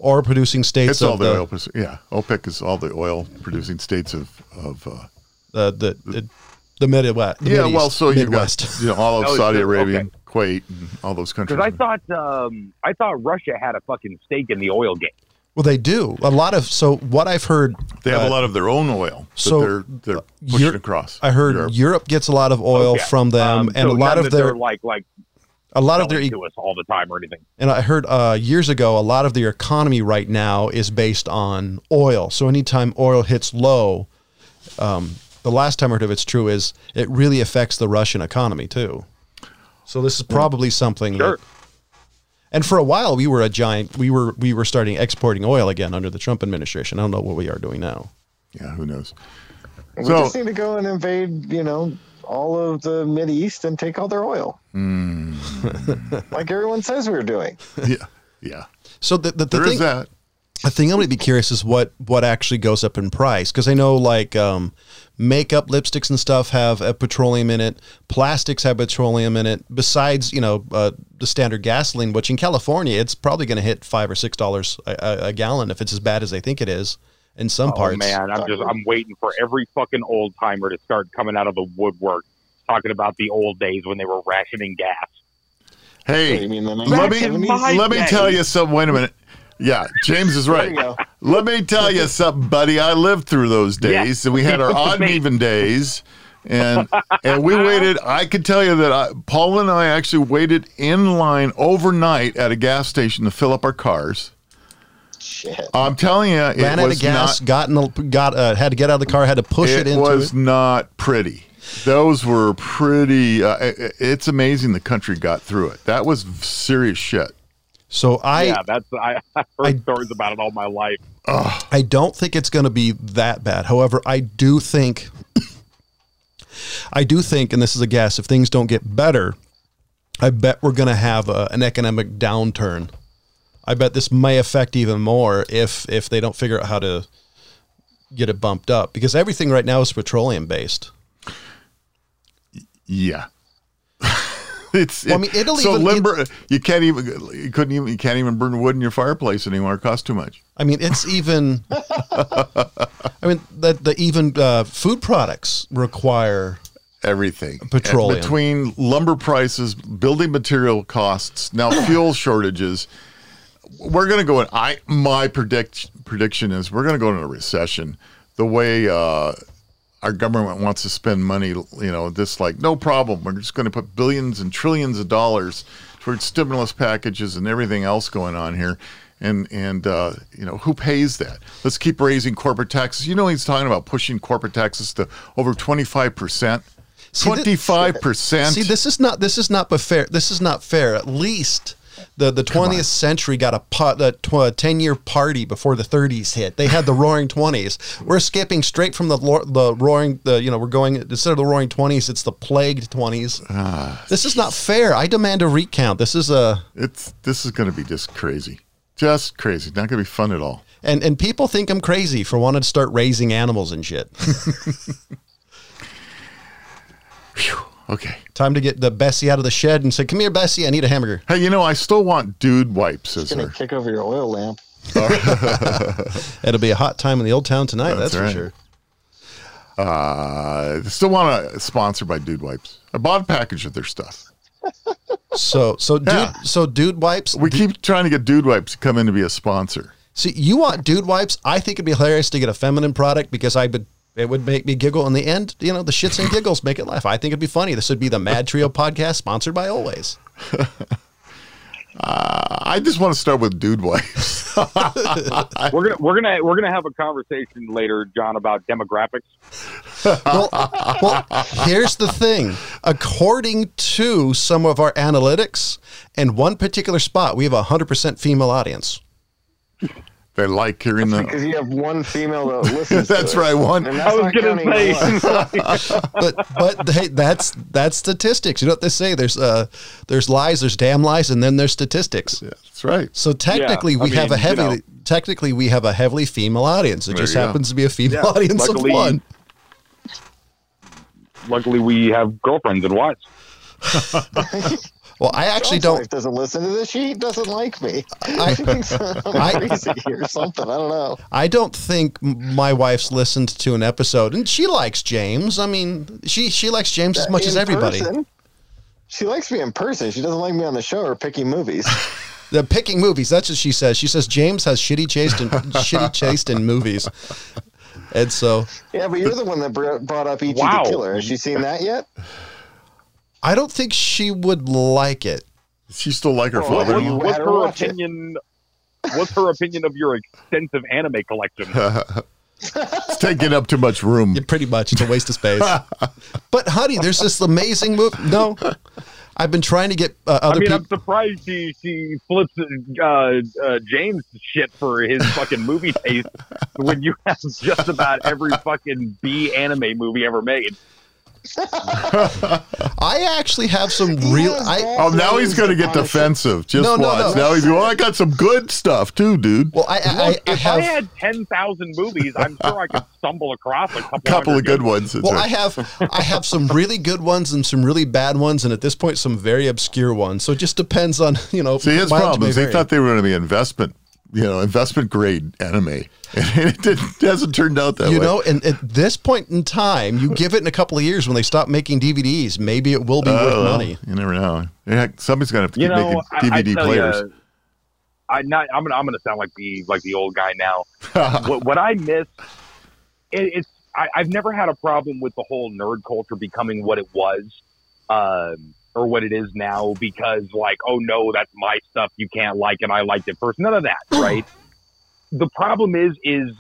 oil producing states it's all of the, oil. the pers- Yeah, OPEC is all the oil producing states of of. Uh, the the, the, the Midwest. The yeah, Mideast- well, so you've Midwest. got you know, all of Oh, it's Saudi the- Arabia, okay. and Kuwait, and all those countries. Because I thought um, I thought Russia had a fucking stake in the oil game. well, they do a lot of. So what I've heard, they have uh, a lot of their own oil that so, they're they're pushing Europe- across. I heard Europe. Oh, Europe, gets a lot of oil Yeah. from them, Um, and so a lot none of that their they're like like a lot of their e- selling to us all the time or anything. and I heard uh, years ago a lot of their economy right now is based on oil. So anytime oil hits low, um, the last time I heard of it's true is it really affects the Russian economy too. So this Mm. is probably something. Sure. and for a while we were a giant. We were we were starting exporting oil again under the Trump administration. I don't know what we are doing now. yeah, who knows? We So- just need to go and invade, you know, all of the Mid East and take all their oil, Hmm. like everyone says we're doing. Yeah, yeah. So the the, the There is thing that. the thing I'm going to be curious is what what actually goes up in price because I know like um, makeup, lipsticks, and stuff have a petroleum in it. Plastics have petroleum in it. Besides, you know, uh, the standard gasoline, which in California it's probably going to hit five or six dollars a, a a gallon if it's as bad as they think it is in some Oh parts. man, I'm just I'm waiting for every fucking old timer to start coming out of the woodwork talking about the old days when they were rationing gas. Hey, You mean the let 1970s? me my let me day. tell you something. Wait a minute. Yeah, James is There right. you go. Let me tell you something, buddy. I lived through those Yeah. days. and We had our odd and Me. even days, and and we waited. I could tell you that I, Paul and I actually waited in line overnight at a gas station to fill up our cars. Shit. I'm telling you, it Ran out was of gas, not. got in the, got uh, had to get out of the car, had to push it, It into was it. not pretty. Those were pretty. Uh, i- i- it's amazing the country got through it. That was serious shit. So I yeah, that's I, I've heard I- stories about it all my life. I don't think it's going to be that bad. However, I do think, I do think, and this is a guess, if things don't get better, I bet we're going to have a, an economic downturn. I bet this may affect even more if if they don't figure out how to get it bumped up because everything right now is petroleum based. Yeah. it's Well, I mean, it'll so even- limber. you can't even you couldn't even you can't even burn wood in your fireplace anymore. It costs too much. I mean, it's even. I mean, that the even uh, food products require Everything Petroleum. And between lumber prices, building material costs, now fuel shortages. We're going to go in. I my predict prediction is we're going to go into a recession. The way uh, our government wants to spend money, you know, this like no problem. We're just going to put billions and trillions of dollars towards stimulus packages and everything else going on here. And and uh, you know who pays that? Let's keep raising corporate taxes. You know he's talking about pushing corporate taxes to over twenty five percent. See, thi- Twenty five percent. See, this is not this is not but fair. This is not fair. At least the the twentieth century got a pot a, tw- a ten year party before the thirties hit. They had the Roaring Twenties. We're skipping straight from the lo- the roaring the you know we're going instead of the Roaring Twenties, it's the plagued twenties. Ah. this is not fair. I demand a recount. This is a It's this is going to be just crazy, just crazy. Not going to be fun at all. and and people think I'm crazy for wanting to start raising animals and shit. Okay. Time to get the Bessie out of the shed and say, "Come here, Bessie. I need a hamburger." Hey, you know I still want dude wipes as It's gonna her. kick over your oil lamp. It'll be a hot time in the old town tonight. That's That's, right. for sure. Uh, still want to sponsor by Dude Wipes. I bought a package of their stuff. So so dude Yeah. so dude wipes. We keep trying to get Dude Wipes to come in to be a sponsor. See, you want dude wipes? I think it'd be hilarious to get a feminine product because I would. It would make me giggle in the end. You know, the shits and giggles make it laugh. I think it'd be funny. This would be the Mad Trio podcast sponsored by Always. I just want to start with Dude Wipes. We're gonna we're gonna we're gonna have a conversation later, John, about demographics. Well, well, here's the thing. According to some of our analytics, in one particular spot, we have a 100% female audience. They like hearing because the. you have one female that listens. to That's it. right, one. And I that's was not gonna counting say us. but but hey, that's that's statistics. You know what they say? There's uh there's lies, there's damn lies, and then there's statistics. Yeah, that's right. So technically, I we mean, have a you heavily know. technically we have a heavily female audience. It There just you go. happens to be a female Yeah, audience luckily- of one. Luckily, we have girlfriends and wives. Well, I actually John's don't. wife doesn't listen to this. She doesn't like me. I- She thinks I'm I- crazy or something. I don't know. I don't think m- my wife's listened to an episode, and she likes James. I mean, she she likes James as much as In everybody. person, she likes me in person. She doesn't like me on the show or picking movies. The picking movies. That's what she says. She says James has shitty taste in shitty taste in movies, and so Yeah, but you're the one that br- brought up E.T. Wow. the Killer. Has she seen that yet? I don't think she would like it. She still like her Oh, father. you- What's better her watch it. opinion? What's her opinion of your extensive anime collection? It's taking up too much room. Yeah, pretty much. It's a waste of space. but honey, there's this amazing movie. No, I've been trying to get uh, I other mean, people. I'm surprised she she flips uh, uh, James shit for his fucking movie taste when you have just about every fucking B anime movie ever made. I actually have some real. has I, that. Oh, now he's going to get Honestly. defensive. Just No, no, watch. no. Now he's going, well, I got some good stuff too, dude. well, I, I, Look, I, I if I have. had ten thousand movies, I'm sure I could stumble across a couple, A couple of hundred good ones. That's Well, I right. have I have some really good ones and some really bad ones, and at this point, some very obscure ones. So it just depends on you know. See, his mileage problem may is they vary. thought they were going to be investment, you know, investment grade anime, and it, didn't, it hasn't turned out that you way. know, and at this point in time, you give it in a couple of years when they stop making DVDs, maybe it will be Oh, worth well, money. You never know. Yeah, somebody's going to have to You keep know, I- making DVD I, tell players. Ya, I not. I'm gonna. I'm gonna sound like the like the old guy now. what, what I miss, it, it's. I, I've never had a problem with the whole nerd culture becoming what it was, um, or what it is now, because like, oh no, that's my stuff. You can't like, and I liked it first. None of that, right? the problem is, is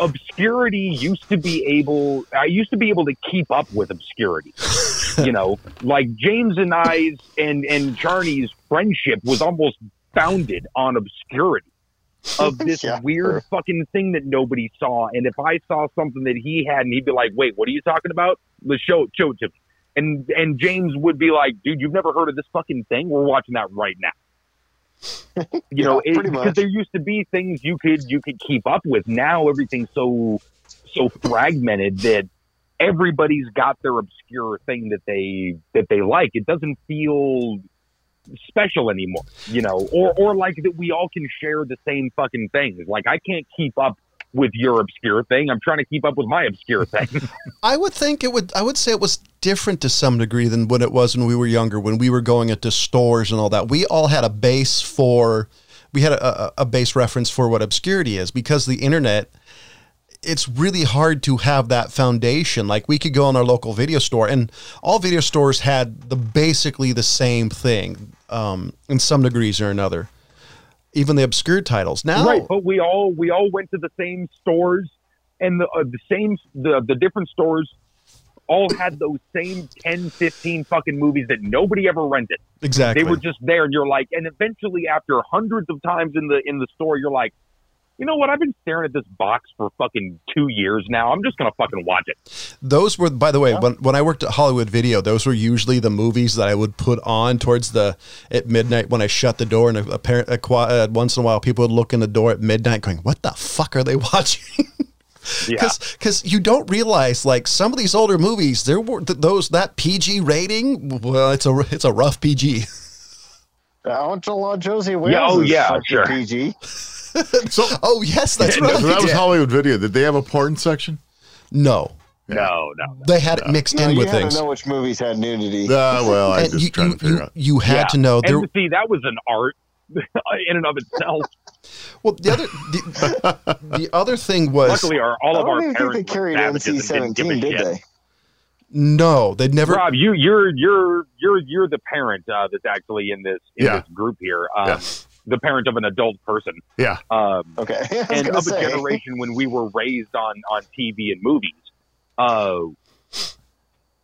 obscurity used to be able. I used to be able to keep up with obscurity. you know, like James and I's and and Charney's friendship was almost founded on obscurity of this Yeah. weird fucking thing that nobody saw. And if I saw something that he had, and he'd be like, "Wait, what are you talking about?" Let's show it, show it to me. And and James would be like, "Dude, you've never heard of this fucking thing? We're watching that right now." You know, Yeah, it- pretty because much. there used to be things you could you could keep up with. Now everything's so so fragmented that everybody's got their obscure thing that they that they like. It doesn't feel special anymore, you know, or or like that we all can share the same fucking things. Like I can't keep up with your obscure thing. I'm trying to keep up with my obscure thing. I would think it would. I would say it was different to some degree than what it was when we were younger, when we were going into stores and all that. We all had a base for, we had a, a, a base reference for what obscurity is because the internet. It's really hard to have that foundation. Like we could go in our local video store, and all video stores had the basically the same thing, um, in some degrees or another. Even the obscure titles now. Right, but we all we all went to the same stores, and the uh, the same the the different stores all had those same 10, 15 fucking movies that nobody ever rented. Exactly. They were just there, and you're like, and eventually after hundreds of times in the in the store, you're like. You know what? I've been staring at this box for fucking two years now. I'm just gonna fucking watch it. Those were, by the way, when, when I worked at Hollywood Video, those were usually the movies that I would put on towards the at midnight when I shut the door. And a, a, parent- a, qua- uh, once in a while, people would look in the door at midnight, going, "What the fuck are they watching?" Yeah, Because you don't realize, like some of these older movies, there were th- those that PG rating. Well, it's a it's a rough PG. I want to law Josie Wales. oh, is yeah, fucking sure. PG. so, oh yes, that's Yeah, right. so that was Hollywood Video. Did they have a porn section? no, no, no, no. they had it mixed No, in you with had things. to know which movies had nudity. Uh, well, I'm And just you, trying you, to figure you, out. you had Yeah. to know there. And see, that was an art in and of itself. Well, the other the, the other thing was Luckily, our all I of our don't even think parents they were carried savages and didn't give a NC-17, did shit. they? no, they never. Rob, you you're you're you're you're the parent uh, that's actually in this in Yeah. this group here. Um, Yeah. The parent of an adult person, Yeah. um, Okay. I was and gonna of say. a generation when we were raised on on TV and movies. Uh,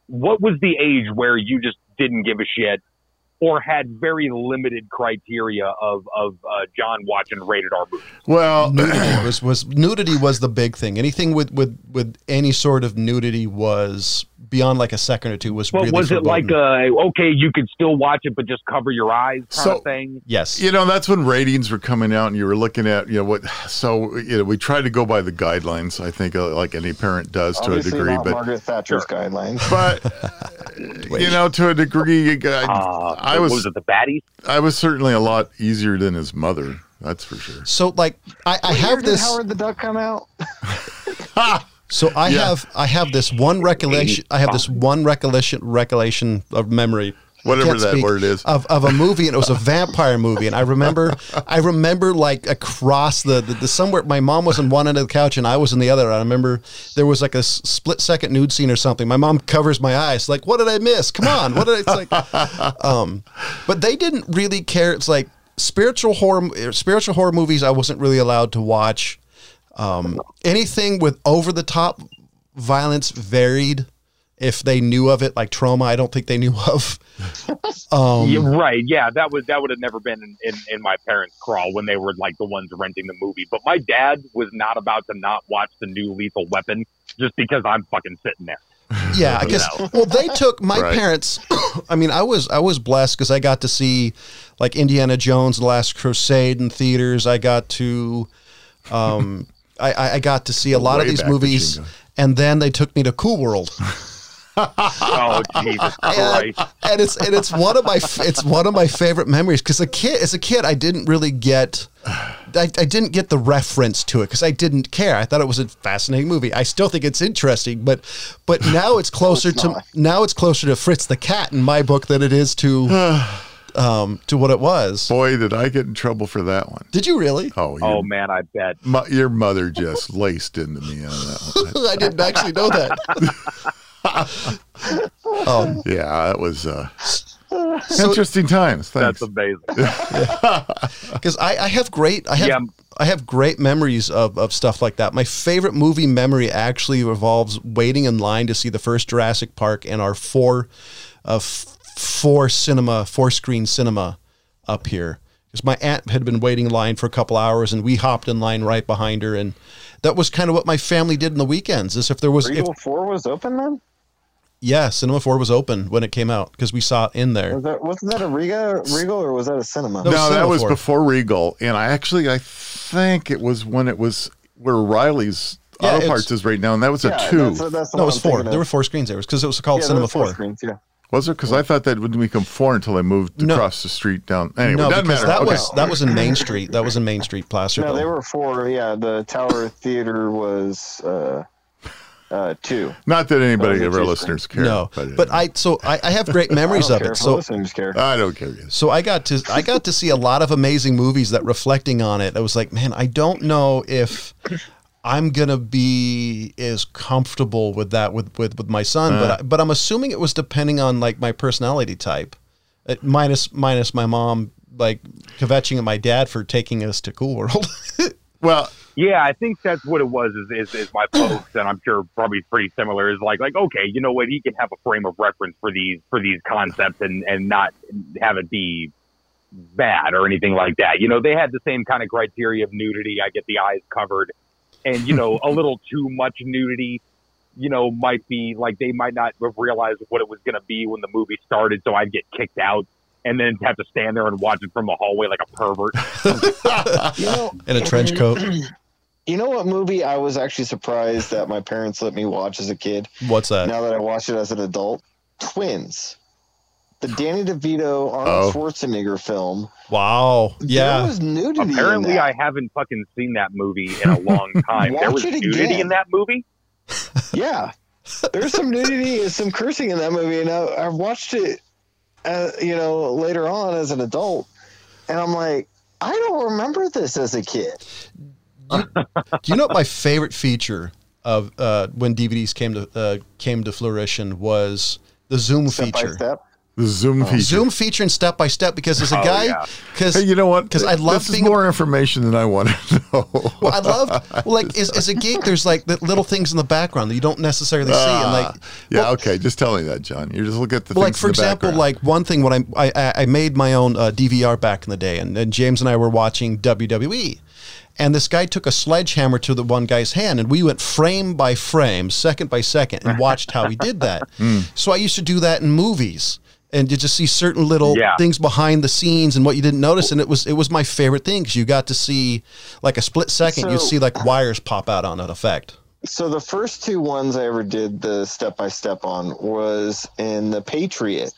what was the age where you just didn't give a shit? or had very limited criteria of of uh, John watching rated R movies. Well, nudity was, was nudity was the big thing. Anything with with with any sort of nudity was beyond like a second or two was. But really was it like forbidden. a okay, you could still watch it, but just cover your eyes kind So- of thing? yes? you know, that's when ratings were coming out, and you were looking at you know what. So you know, we tried to go by the guidelines. I think uh, like any parent does to a Obviously degree, not but Margaret Thatcher's guidelines. but you know, to a degree, you got- Uh, I was, was, it the baddies? I was certainly a lot easier than his mother. That's for sure. So like I, I Where have did this. Howard the Duck come out? So I Yeah. have I have this one recollection. I have this one recollection recollection of memory. I Whatever can't that word is. of, of a movie and it was a vampire movie and I remember I remember like across the, the, the somewhere my mom was on one end of the couch and I was in the other I remember there was like a s- split second nude scene or something my mom covers my eyes like what did I miss come on what did I it's like um, but they didn't really care. It's like spiritual horror, er, spiritual horror movies. I wasn't really allowed to watch um, anything with over the top violence. Varied if they knew of it, like trauma. I don't think they knew of. Um, Yeah, right, yeah, that was that would have never been in, in, in my parents' crawl when they were like the ones renting the movie. But my dad was not about to not watch the new Lethal Weapon just because I'm fucking sitting there. yeah, I guess. Well, they took my Right. parents. I mean, I was I was blessed because I got to see like Indiana Jones, The Last Crusade in theaters. I got to, um, I- I, I got to see a lot of Way these back, movies, Pachinko. and then they took me to Cool World. Oh Jesus and, Christ! and it's and it's one of my f- it's one of my favorite memories because a kid as a kid I didn't really get I, I didn't get the reference to it because I didn't care I thought it was a fascinating movie I still think it's interesting but but now it's closer to now it's closer to Fritz the Cat in my book than it is to um to what it was Boy, did I get in trouble for that one. did you really Oh, your, Oh man, I bet. mo- your mother just laced into me on that one. I didn't actually know that um, Yeah, that was uh, interesting times. Thanks. That's amazing. because I, I have great I have Yeah. I have great memories of, of stuff like that. My favorite movie memory actually revolves waiting in line to see the first Jurassic Park and our four uh, f- four cinema four screen cinema up here because my aunt had been waiting in line for a couple hours and we hopped in line right behind her and that was kind of what my family did in the weekends is if there was if, Regal Four was open then. yeah cinema 4 was open when it came out because we saw it in there Was that wasn't that a Riga, Regal or was that a cinema? No, no, that was Cinnafor. before Regal, and I actually I think it was when it was where Riley's Yeah, Auto it's- Parts is right now, and that was a Yeah, two. That's, that's the no it one was I'm four thinking there were of. four screens there because it was called Yeah, there cinema were four 4 screens, yeah. Was it? Because I thought that wouldn't become four until I moved No. across the street down. Anyway, no doesn't because matter. that okay. was that was in Main Street that was in Main Street Placer No, they were four. Yeah, the Tower Theater was uh, uh, two. not that anybody That was of our interesting. listeners care. No, but, I so I, I have great I memories don't of it. care if So uh, listeners care. I don't care. Yes. so I got to I got to see a lot of amazing movies that reflecting on it. I was like, man, I don't know if I'm gonna be as comfortable with that with with, with my son, Uh. but I, but I'm assuming it was depending on like my personality type, Uh, minus minus my mom like kvetching at my dad for taking us to Cool World. Well, Yeah, I think that's what it was. Is, is, is my folks, and I'm sure probably pretty similar. Is like like okay, you know what? He can have a frame of reference for these for these concepts, and and not have it be bad or anything like that. You know, they had the same kind of criteria of nudity. I get the eyes covered, and you know, a little too much nudity. You know, might be like they might not have realized what it was going to be when the movie started, so I'd get kicked out. And then have to stand there and watch it from the hallway like a pervert. You know, in a trench coat. you know what movie I was actually surprised that my parents let me watch as a kid. What's that? now that I watch it as an adult, Twins, the Danny DeVito Oh. Arnold Schwarzenegger film. Wow. there Yeah. was nudity. in Apparently, that. I haven't fucking seen that movie in a long time. there was Watch it nudity again. in that movie. yeah, there's some nudity, and some cursing in that movie, and I, I watched it, uh, you know, later on as an adult, and I'm like, I don't remember this as a kid. Do you know what my favorite feature of uh, when DVDs came to uh, came to fruition was the zoom Step by feature? step. The Zoom feature. Oh. Zoom feature and step by step because as a Oh, guy, yeah. because Hey, you know what? Because I love this being is more information than I want to know. Well, I love well, like as, as a geek, there's like the little things in the background that you don't necessarily see, and like yeah, well, okay. Just tell me that, John. You just look at the well, things like for in the example, background. like one thing when I I, I made my own uh, DVR back in the day, and, and James and I were watching WWE, and this guy took a sledgehammer to the one guy's hand, and we went frame by frame, second by second, and watched how he did that. Mm. So I used to do that in movies. And you just see certain little Yeah. things behind the scenes and what you didn't notice, and it was it was my favorite thing because you got to see like a split second, you'd So- see like wires pop out on an effect. So the first two ones I ever did the step by step on was in the Patriot,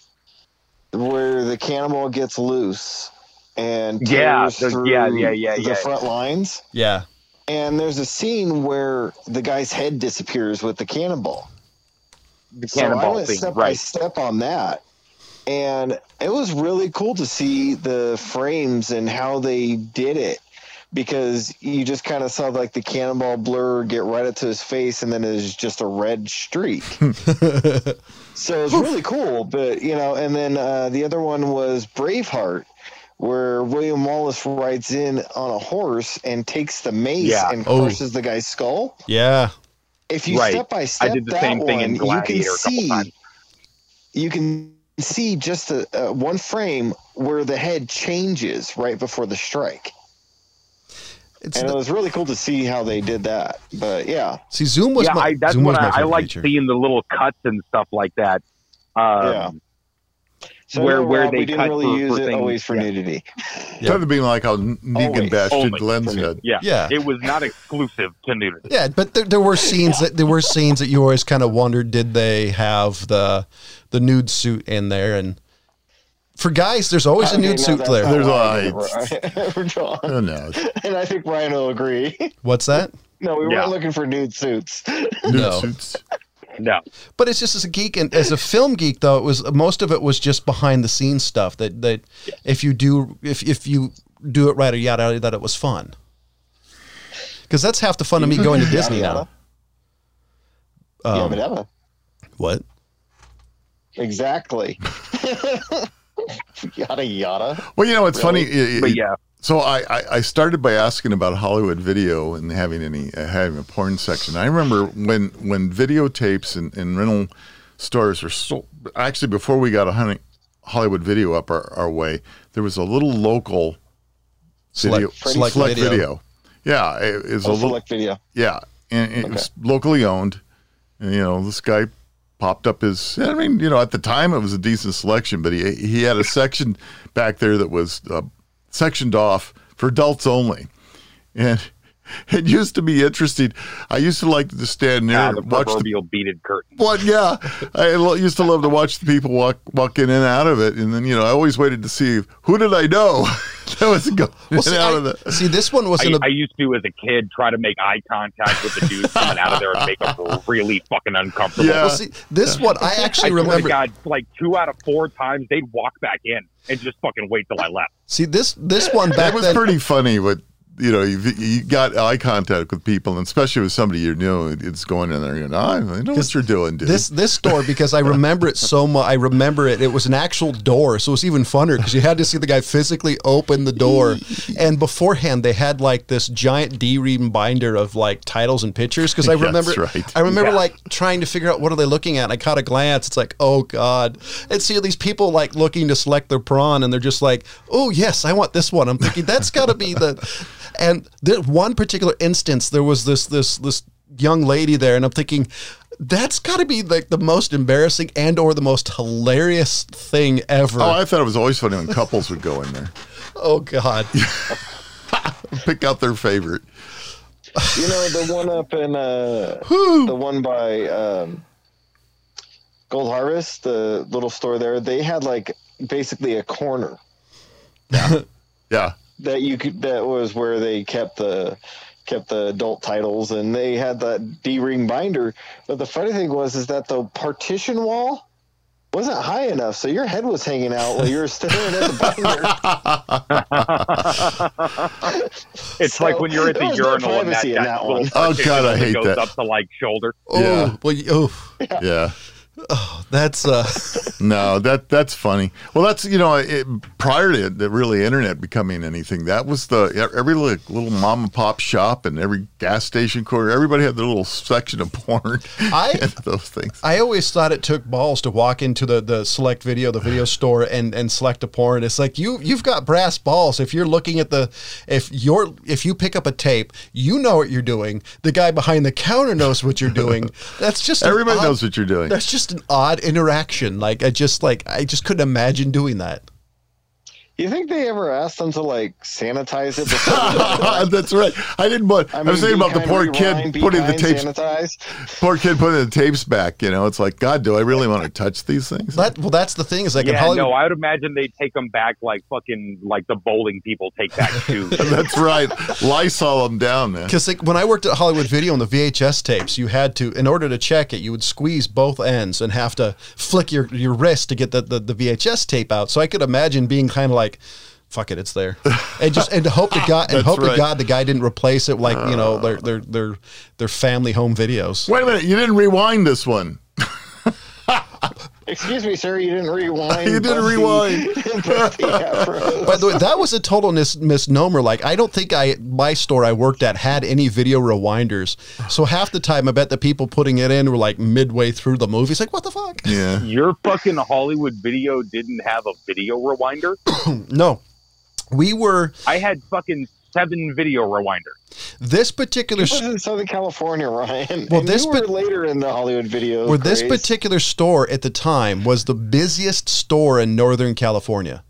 where the cannibal gets loose and Yeah, tears there's- through yeah, yeah, yeah, the yeah. front lines. Yeah. And there's a scene where the guy's head disappears with the cannonball. The So I cannonball went thing, step by right? step on that, and it was really cool to see the frames and how they did it because you just kind of saw like the cannonball blur get right up to his face and then it's just a red streak so it's really cool but you know and then uh, the other one was braveheart where william wallace rides in on a horse and takes the mace Yeah. and Oh. crushes the guy's skull Yeah. if you Right. step by I step did the that same one, thing in you can Gladiator a couple see times. you can see just a, uh, one frame where the head changes right before the strike, It's and it was really cool to see how they did that. But yeah, see, Zoom was yeah, my I, that's Zoom what was my I, I favorite like feature. seeing the little cuts and stuff like that. Um, Yeah. so Where- no, where Rob, they we didn't cut really for- use for it things, always for yeah. nudity. Yeah. That'd be like how Negan Always. bashed Only. Glenn's head. Yeah. Yeah. It was not exclusive to nudity. Yeah, but there, there were scenes that there were scenes that you always kind of wondered did they have the the nude suit in there and for guys there's always a Okay, nude no, suit that's there. not There's what I a- did, Ro- John. Who knows? and I think Ryan will agree. What's that? no, we Yeah. weren't looking for nude suits. Nude No. suits. No. But it's just as a geek and as a film geek though, it was most of it was just behind the scenes stuff that that if you do if if you do it right or yada yada that it was fun. Because that's half the fun of me going to Disney now. yeah, Um, but Emma, what? exactly. yada yada. Well, you know, it's funny. it- But it- yeah. So I, I, I started by asking about Hollywood video and having any uh, having a porn section. I remember when when videotapes and, and rental stores were sold. Actually, before we got a hunting Hollywood video up our, our way, there was a little local video, Select- Select select Video. Yeah, it, it's a Oh, little select video. yeah, and it was locally owned. And, you know, this guy popped up his. I mean, you know, at the time it was a decent selection, but he he had a section back there that was uh, sectioned off for adults only, and it used to be interesting. I used to like to stand there Ah, the and watch the proverbial beaded curtain. what? Yeah, I lo- used to love to watch the people walk walk in and out of it, and then you know I always waited to see who did I know that was going Well, see, out I- of the. see, this one was I, in a I used to, as a kid, try to make eye contact with the dude coming out of there and make them really fucking uncomfortable. Yeah. well, see, this one I I actually swear to remember. God, like two out of four times they'd walk back in and just fucking wait till I left. See this this one back It was then. pretty funny, but you know you, you got eye contact with people, and especially with somebody you knew. it- It's going in there, you know, "Ah, I I know what you're doing, dude. this this store because I remember it so much. I remember it. It was an actual door, so it was even funner because you had to see the guy physically open the door. And beforehand, they had like this giant D-ream binder of like titles and pictures. Because I That's remember, right. I remember Yeah. like trying to figure out what are they looking at. And I caught a glance. It's like, oh god. And see these people like looking to select their prawn, and they're just like, oh yes, I want this one. I'm thinking that's got to be the. And there one particular instance, there was this this this young lady there, and I'm thinking. That's got to be like the most embarrassing and or the most hilarious thing ever. Oh, Oh, I thought it was always funny when couples would go in there, god. pick out their favorite. You know the one up in uh, the one by um, Gold Harvest, the little store there. They had like basically a corner Yeah, that you could. That was where they kept the kept the adult titles, and they had that D ring binder. But the funny thing was, is that the partition wall wasn't high enough, so your head was hanging out while you were staring at the binder. Oh. It's So, like when you're at the there was no urinal and that, privacy in that that little one. Oh, God, I partition hate goes that. up to like shoulder. Oh, Yeah. well, you- oh, yeah. That's uh, No, that that's funny. Well, that's you know, it, prior to the really internet becoming anything, that was the e, every li- little mom and pop shop and every gas station corner, everybody had their little section of porn I- and those things. I always thought it took balls to walk into the, the select video, the video store, and, and select a porn. It's like you you've got brass balls. If you're looking at the if you're if you pick up a tape, you know what you're doing. The guy behind the counter knows what you're doing. That's just an Everybody odd- knows what you're doing. That's just an odd interaction. Like I just like I just couldn't imagine doing that. You think they ever asked them to like sanitize it? Before that's right. I didn't want. I, mean, was thinking be about the kind, poor rewind, kid be putting the kind, tapes. Sanitize. Poor kid putting the tapes back. You know, it's like God. Do I really want to touch these things? That well, that's the thing is like in Yeah, Hollywood. no, I would imagine they take them back like fucking like the bowling people take back shoes. That's right. Lysol them down, man. Because like when I worked at Hollywood Video on the VHS tapes, you had to, in order to check it, you would squeeze both ends and have to flick your, your wrist to get the, the, the VHS tape out. So I could imagine being kind of like, "Fuck it, it's there," and just and hope to God and That's hope right. to God the guy didn't replace it like you know their their their their family home videos. Wait a minute. You didn't rewind this one. Excuse me, sir. You didn't rewind. You didn't Buffy- rewind. Buffy Afro. By the way, that was a total mis- misnomer. Like, I don't think I my store I worked at had any video rewinders. So half the time, I bet the people putting it in were like midway through the movie. It's like, what the fuck? Yeah. Your fucking Hollywood video didn't have a video rewinder. No, we were I had fucking seven video rewinders. this particular This was in Southern California, Ryan. Well, and this you were pa- later in the Hollywood video. or this craze. particular store at the time was the busiest store in Northern California.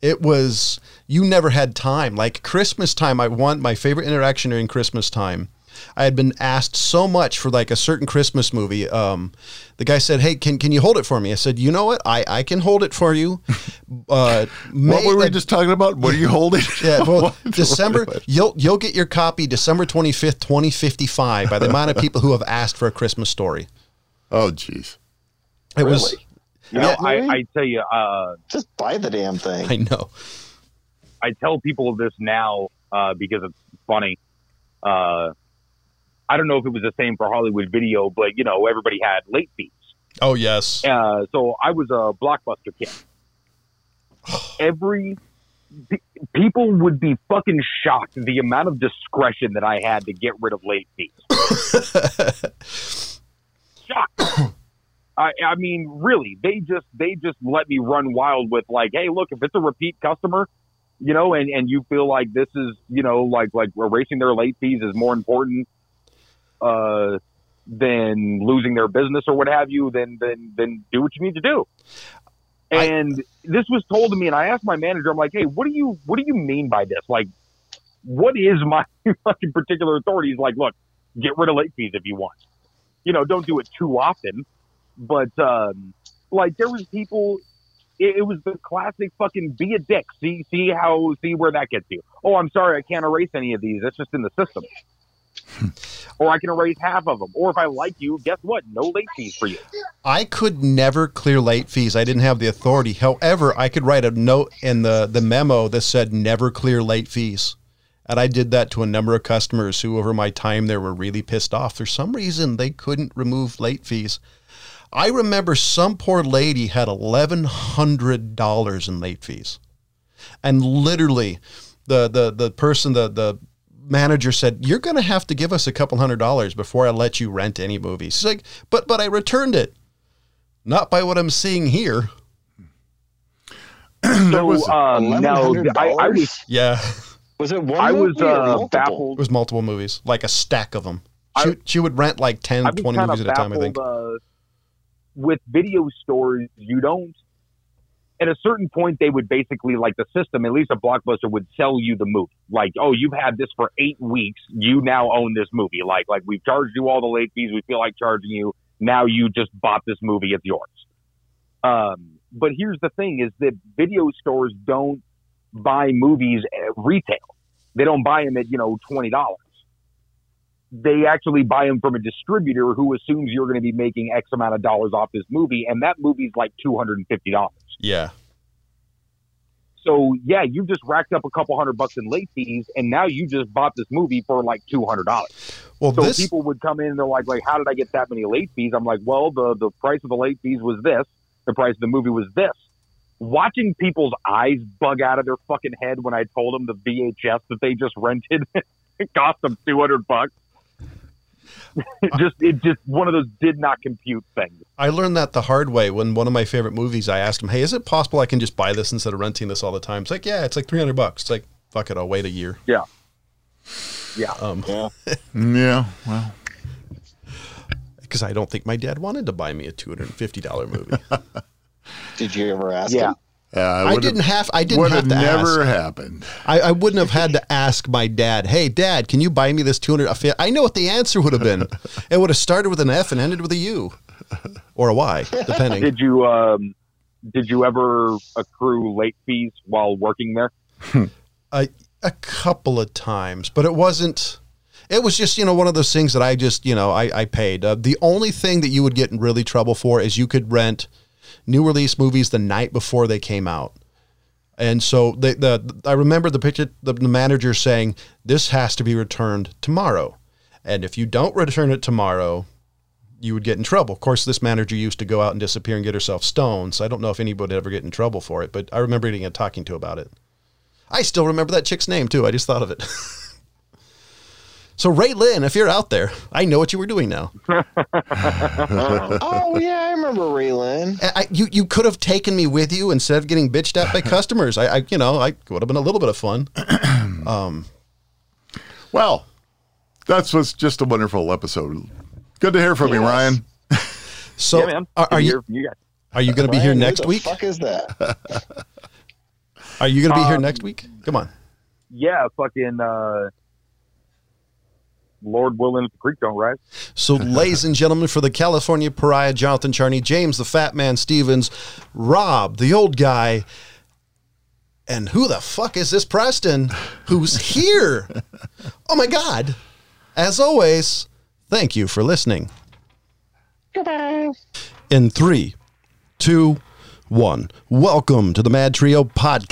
It was you never had time. Like Christmas time, I want my favorite interaction during Christmas time. I had been asked so much for like a certain Christmas movie. Um, the guy said, "Hey, can can you hold it for me?" I said, "You know what? I, I can hold it for you." Uh, What May- were we uh, just talking about? What are you holding? Yeah, well, What? December What? you'll you'll get your copy December twenty fifth, twenty fifty five, by the amount of people who have asked for a Christmas story. Oh, jeez. It was You know, Yeah. I, Really? I tell you, uh, Just buy the damn thing. I know. I tell people this now uh, because it's funny. Uh, I don't know if it was the same for Hollywood video, but you know, everybody had late fees. Oh yes. Uh, so I was a blockbuster kid. Every pe- people would be fucking shocked the amount of discretion that I had to get rid of late fees. shocked. I, I mean, really, they just they just let me run wild with like, hey, look, if it's a repeat customer, you know, and and you feel like this is, you know, like like erasing their late fees is more important uh, than losing their business or what have you, then then then do what you need to do. I- And this was told to me, and I asked my manager, I'm like, hey, what do you what do you mean by this? Like, what is my fucking particular authority? He's like, look, get rid of late fees if you want. You know, don't do it too often. But um, like, there was people. It, it was the classic fucking be a dick. See, see how, see where that gets you. Oh, I'm sorry, I can't erase any of these. That's just in the system. or I can erase half of them. Or if I like you, guess what? No late fees for you. I could never clear late fees. I didn't have the authority. However, I could write a note in the, the memo that said never clear late fees. And I did that to a number of customers who over my time there were really pissed off. For some reason they couldn't remove late fees. I remember some poor lady had eleven hundred dollars in late fees. And literally the the the person the the manager said, You're gonna have to give us a couple hundred dollars before I let you rent any movie. She's like, But but I returned it not by what I'm seeing here. So was- um, no, $1,100? I, I was Yeah, Was it one? I was movie or uh, multiple? it baffled. was multiple movies, like a stack of them. She, I- she would rent like 10, I was 20 kind movies of at a time, I think. baffled, Uh, with video stores, you don't. At a certain point, they would basically like the system. At least a blockbuster would sell you the movie. Like, oh, you've had this for eight weeks. You now own this movie. Like, like we've charged you all the late fees. We feel like charging you. Now you just bought this movie. It's yours. Um, but here's the thing: is that video stores don't buy movies at retail. They don't buy them at you know twenty dollars they actually buy them from a distributor who assumes you're going to be making X amount uh, of dollars off this movie, and that movie's like two hundred and fifty dollars. Yeah. So yeah, you just racked up a couple hundred bucks in late fees, and now you just bought this movie for like two hundred dollars. Well, So this people would come in and they're like, like, how did I get that many late fees? I'm like, well, the the price of the late fees was this, the price of the movie was this. Watching people's eyes bug out of their fucking head when I told them the VHS that they just rented cost them two hundred bucks. It just it just one of those did not compute things. I learned that the hard way when one of my favorite movies. I asked him, "Hey, is it possible I can just buy this instead of renting this all the time?" It's like, "Yeah, it's like three hundred bucks." It's like, "Fuck it, I'll wait a year." Yeah. Yeah. Um, Yeah. Well, because I don't think my dad wanted to buy me a two hundred and fifty dollar movie. Did you ever ask? Yeah. him? uh, I, I would've- didn't have. I didn't Would have have to ask. never happened. I, I wouldn't have had to ask my dad, "Hey, Dad, can you buy me this 200?" I know what the answer would have been. It would have started with an F and ended with a U, or a Y, depending. Did you um did you ever accrue late fees while working there? a, a couple of times, but it wasn't. It was just you know one of those things that I just you know I, I paid. Uh, the only thing that you would get in really trouble for is you could rent new release movies the night before they came out. And so the, the I remember the picture the, the manager saying this has to be returned tomorrow, and if you don't return it tomorrow, you would get in trouble. Of course, this manager used to go out and disappear and get herself stoned. So I don't know if anybody ever get in trouble for it, but I remember getting and talking to about it. I still remember that chick's name too. I just thought of it. so Ray Lynn, if you're out there, I know what you were doing now. oh yeah, I remember Raylan. I, I- you you could have taken me with you instead of getting bitched at by customers. I, I you know I it would have been a little bit of fun. Well, that's what's just a wonderful episode. Good to hear from you, Yes. Ryan. So yeah, man. are, are You're- you you got are you going to be here Ryan, who next the week? Fuck is that? Are you going to be here Um, next week? Come on. yeah, fucking uh, Lord willing, if the creek don't rise. So, ladies and gentlemen, for the California pariah, Jonathan Charney, James the Fat Man Stevens, Rob the Old Guy, and who the fuck is this Preston who's here? Oh my God. As always, thank you for listening. Goodbye. In three, two, one, welcome to the Mad Trio podcast.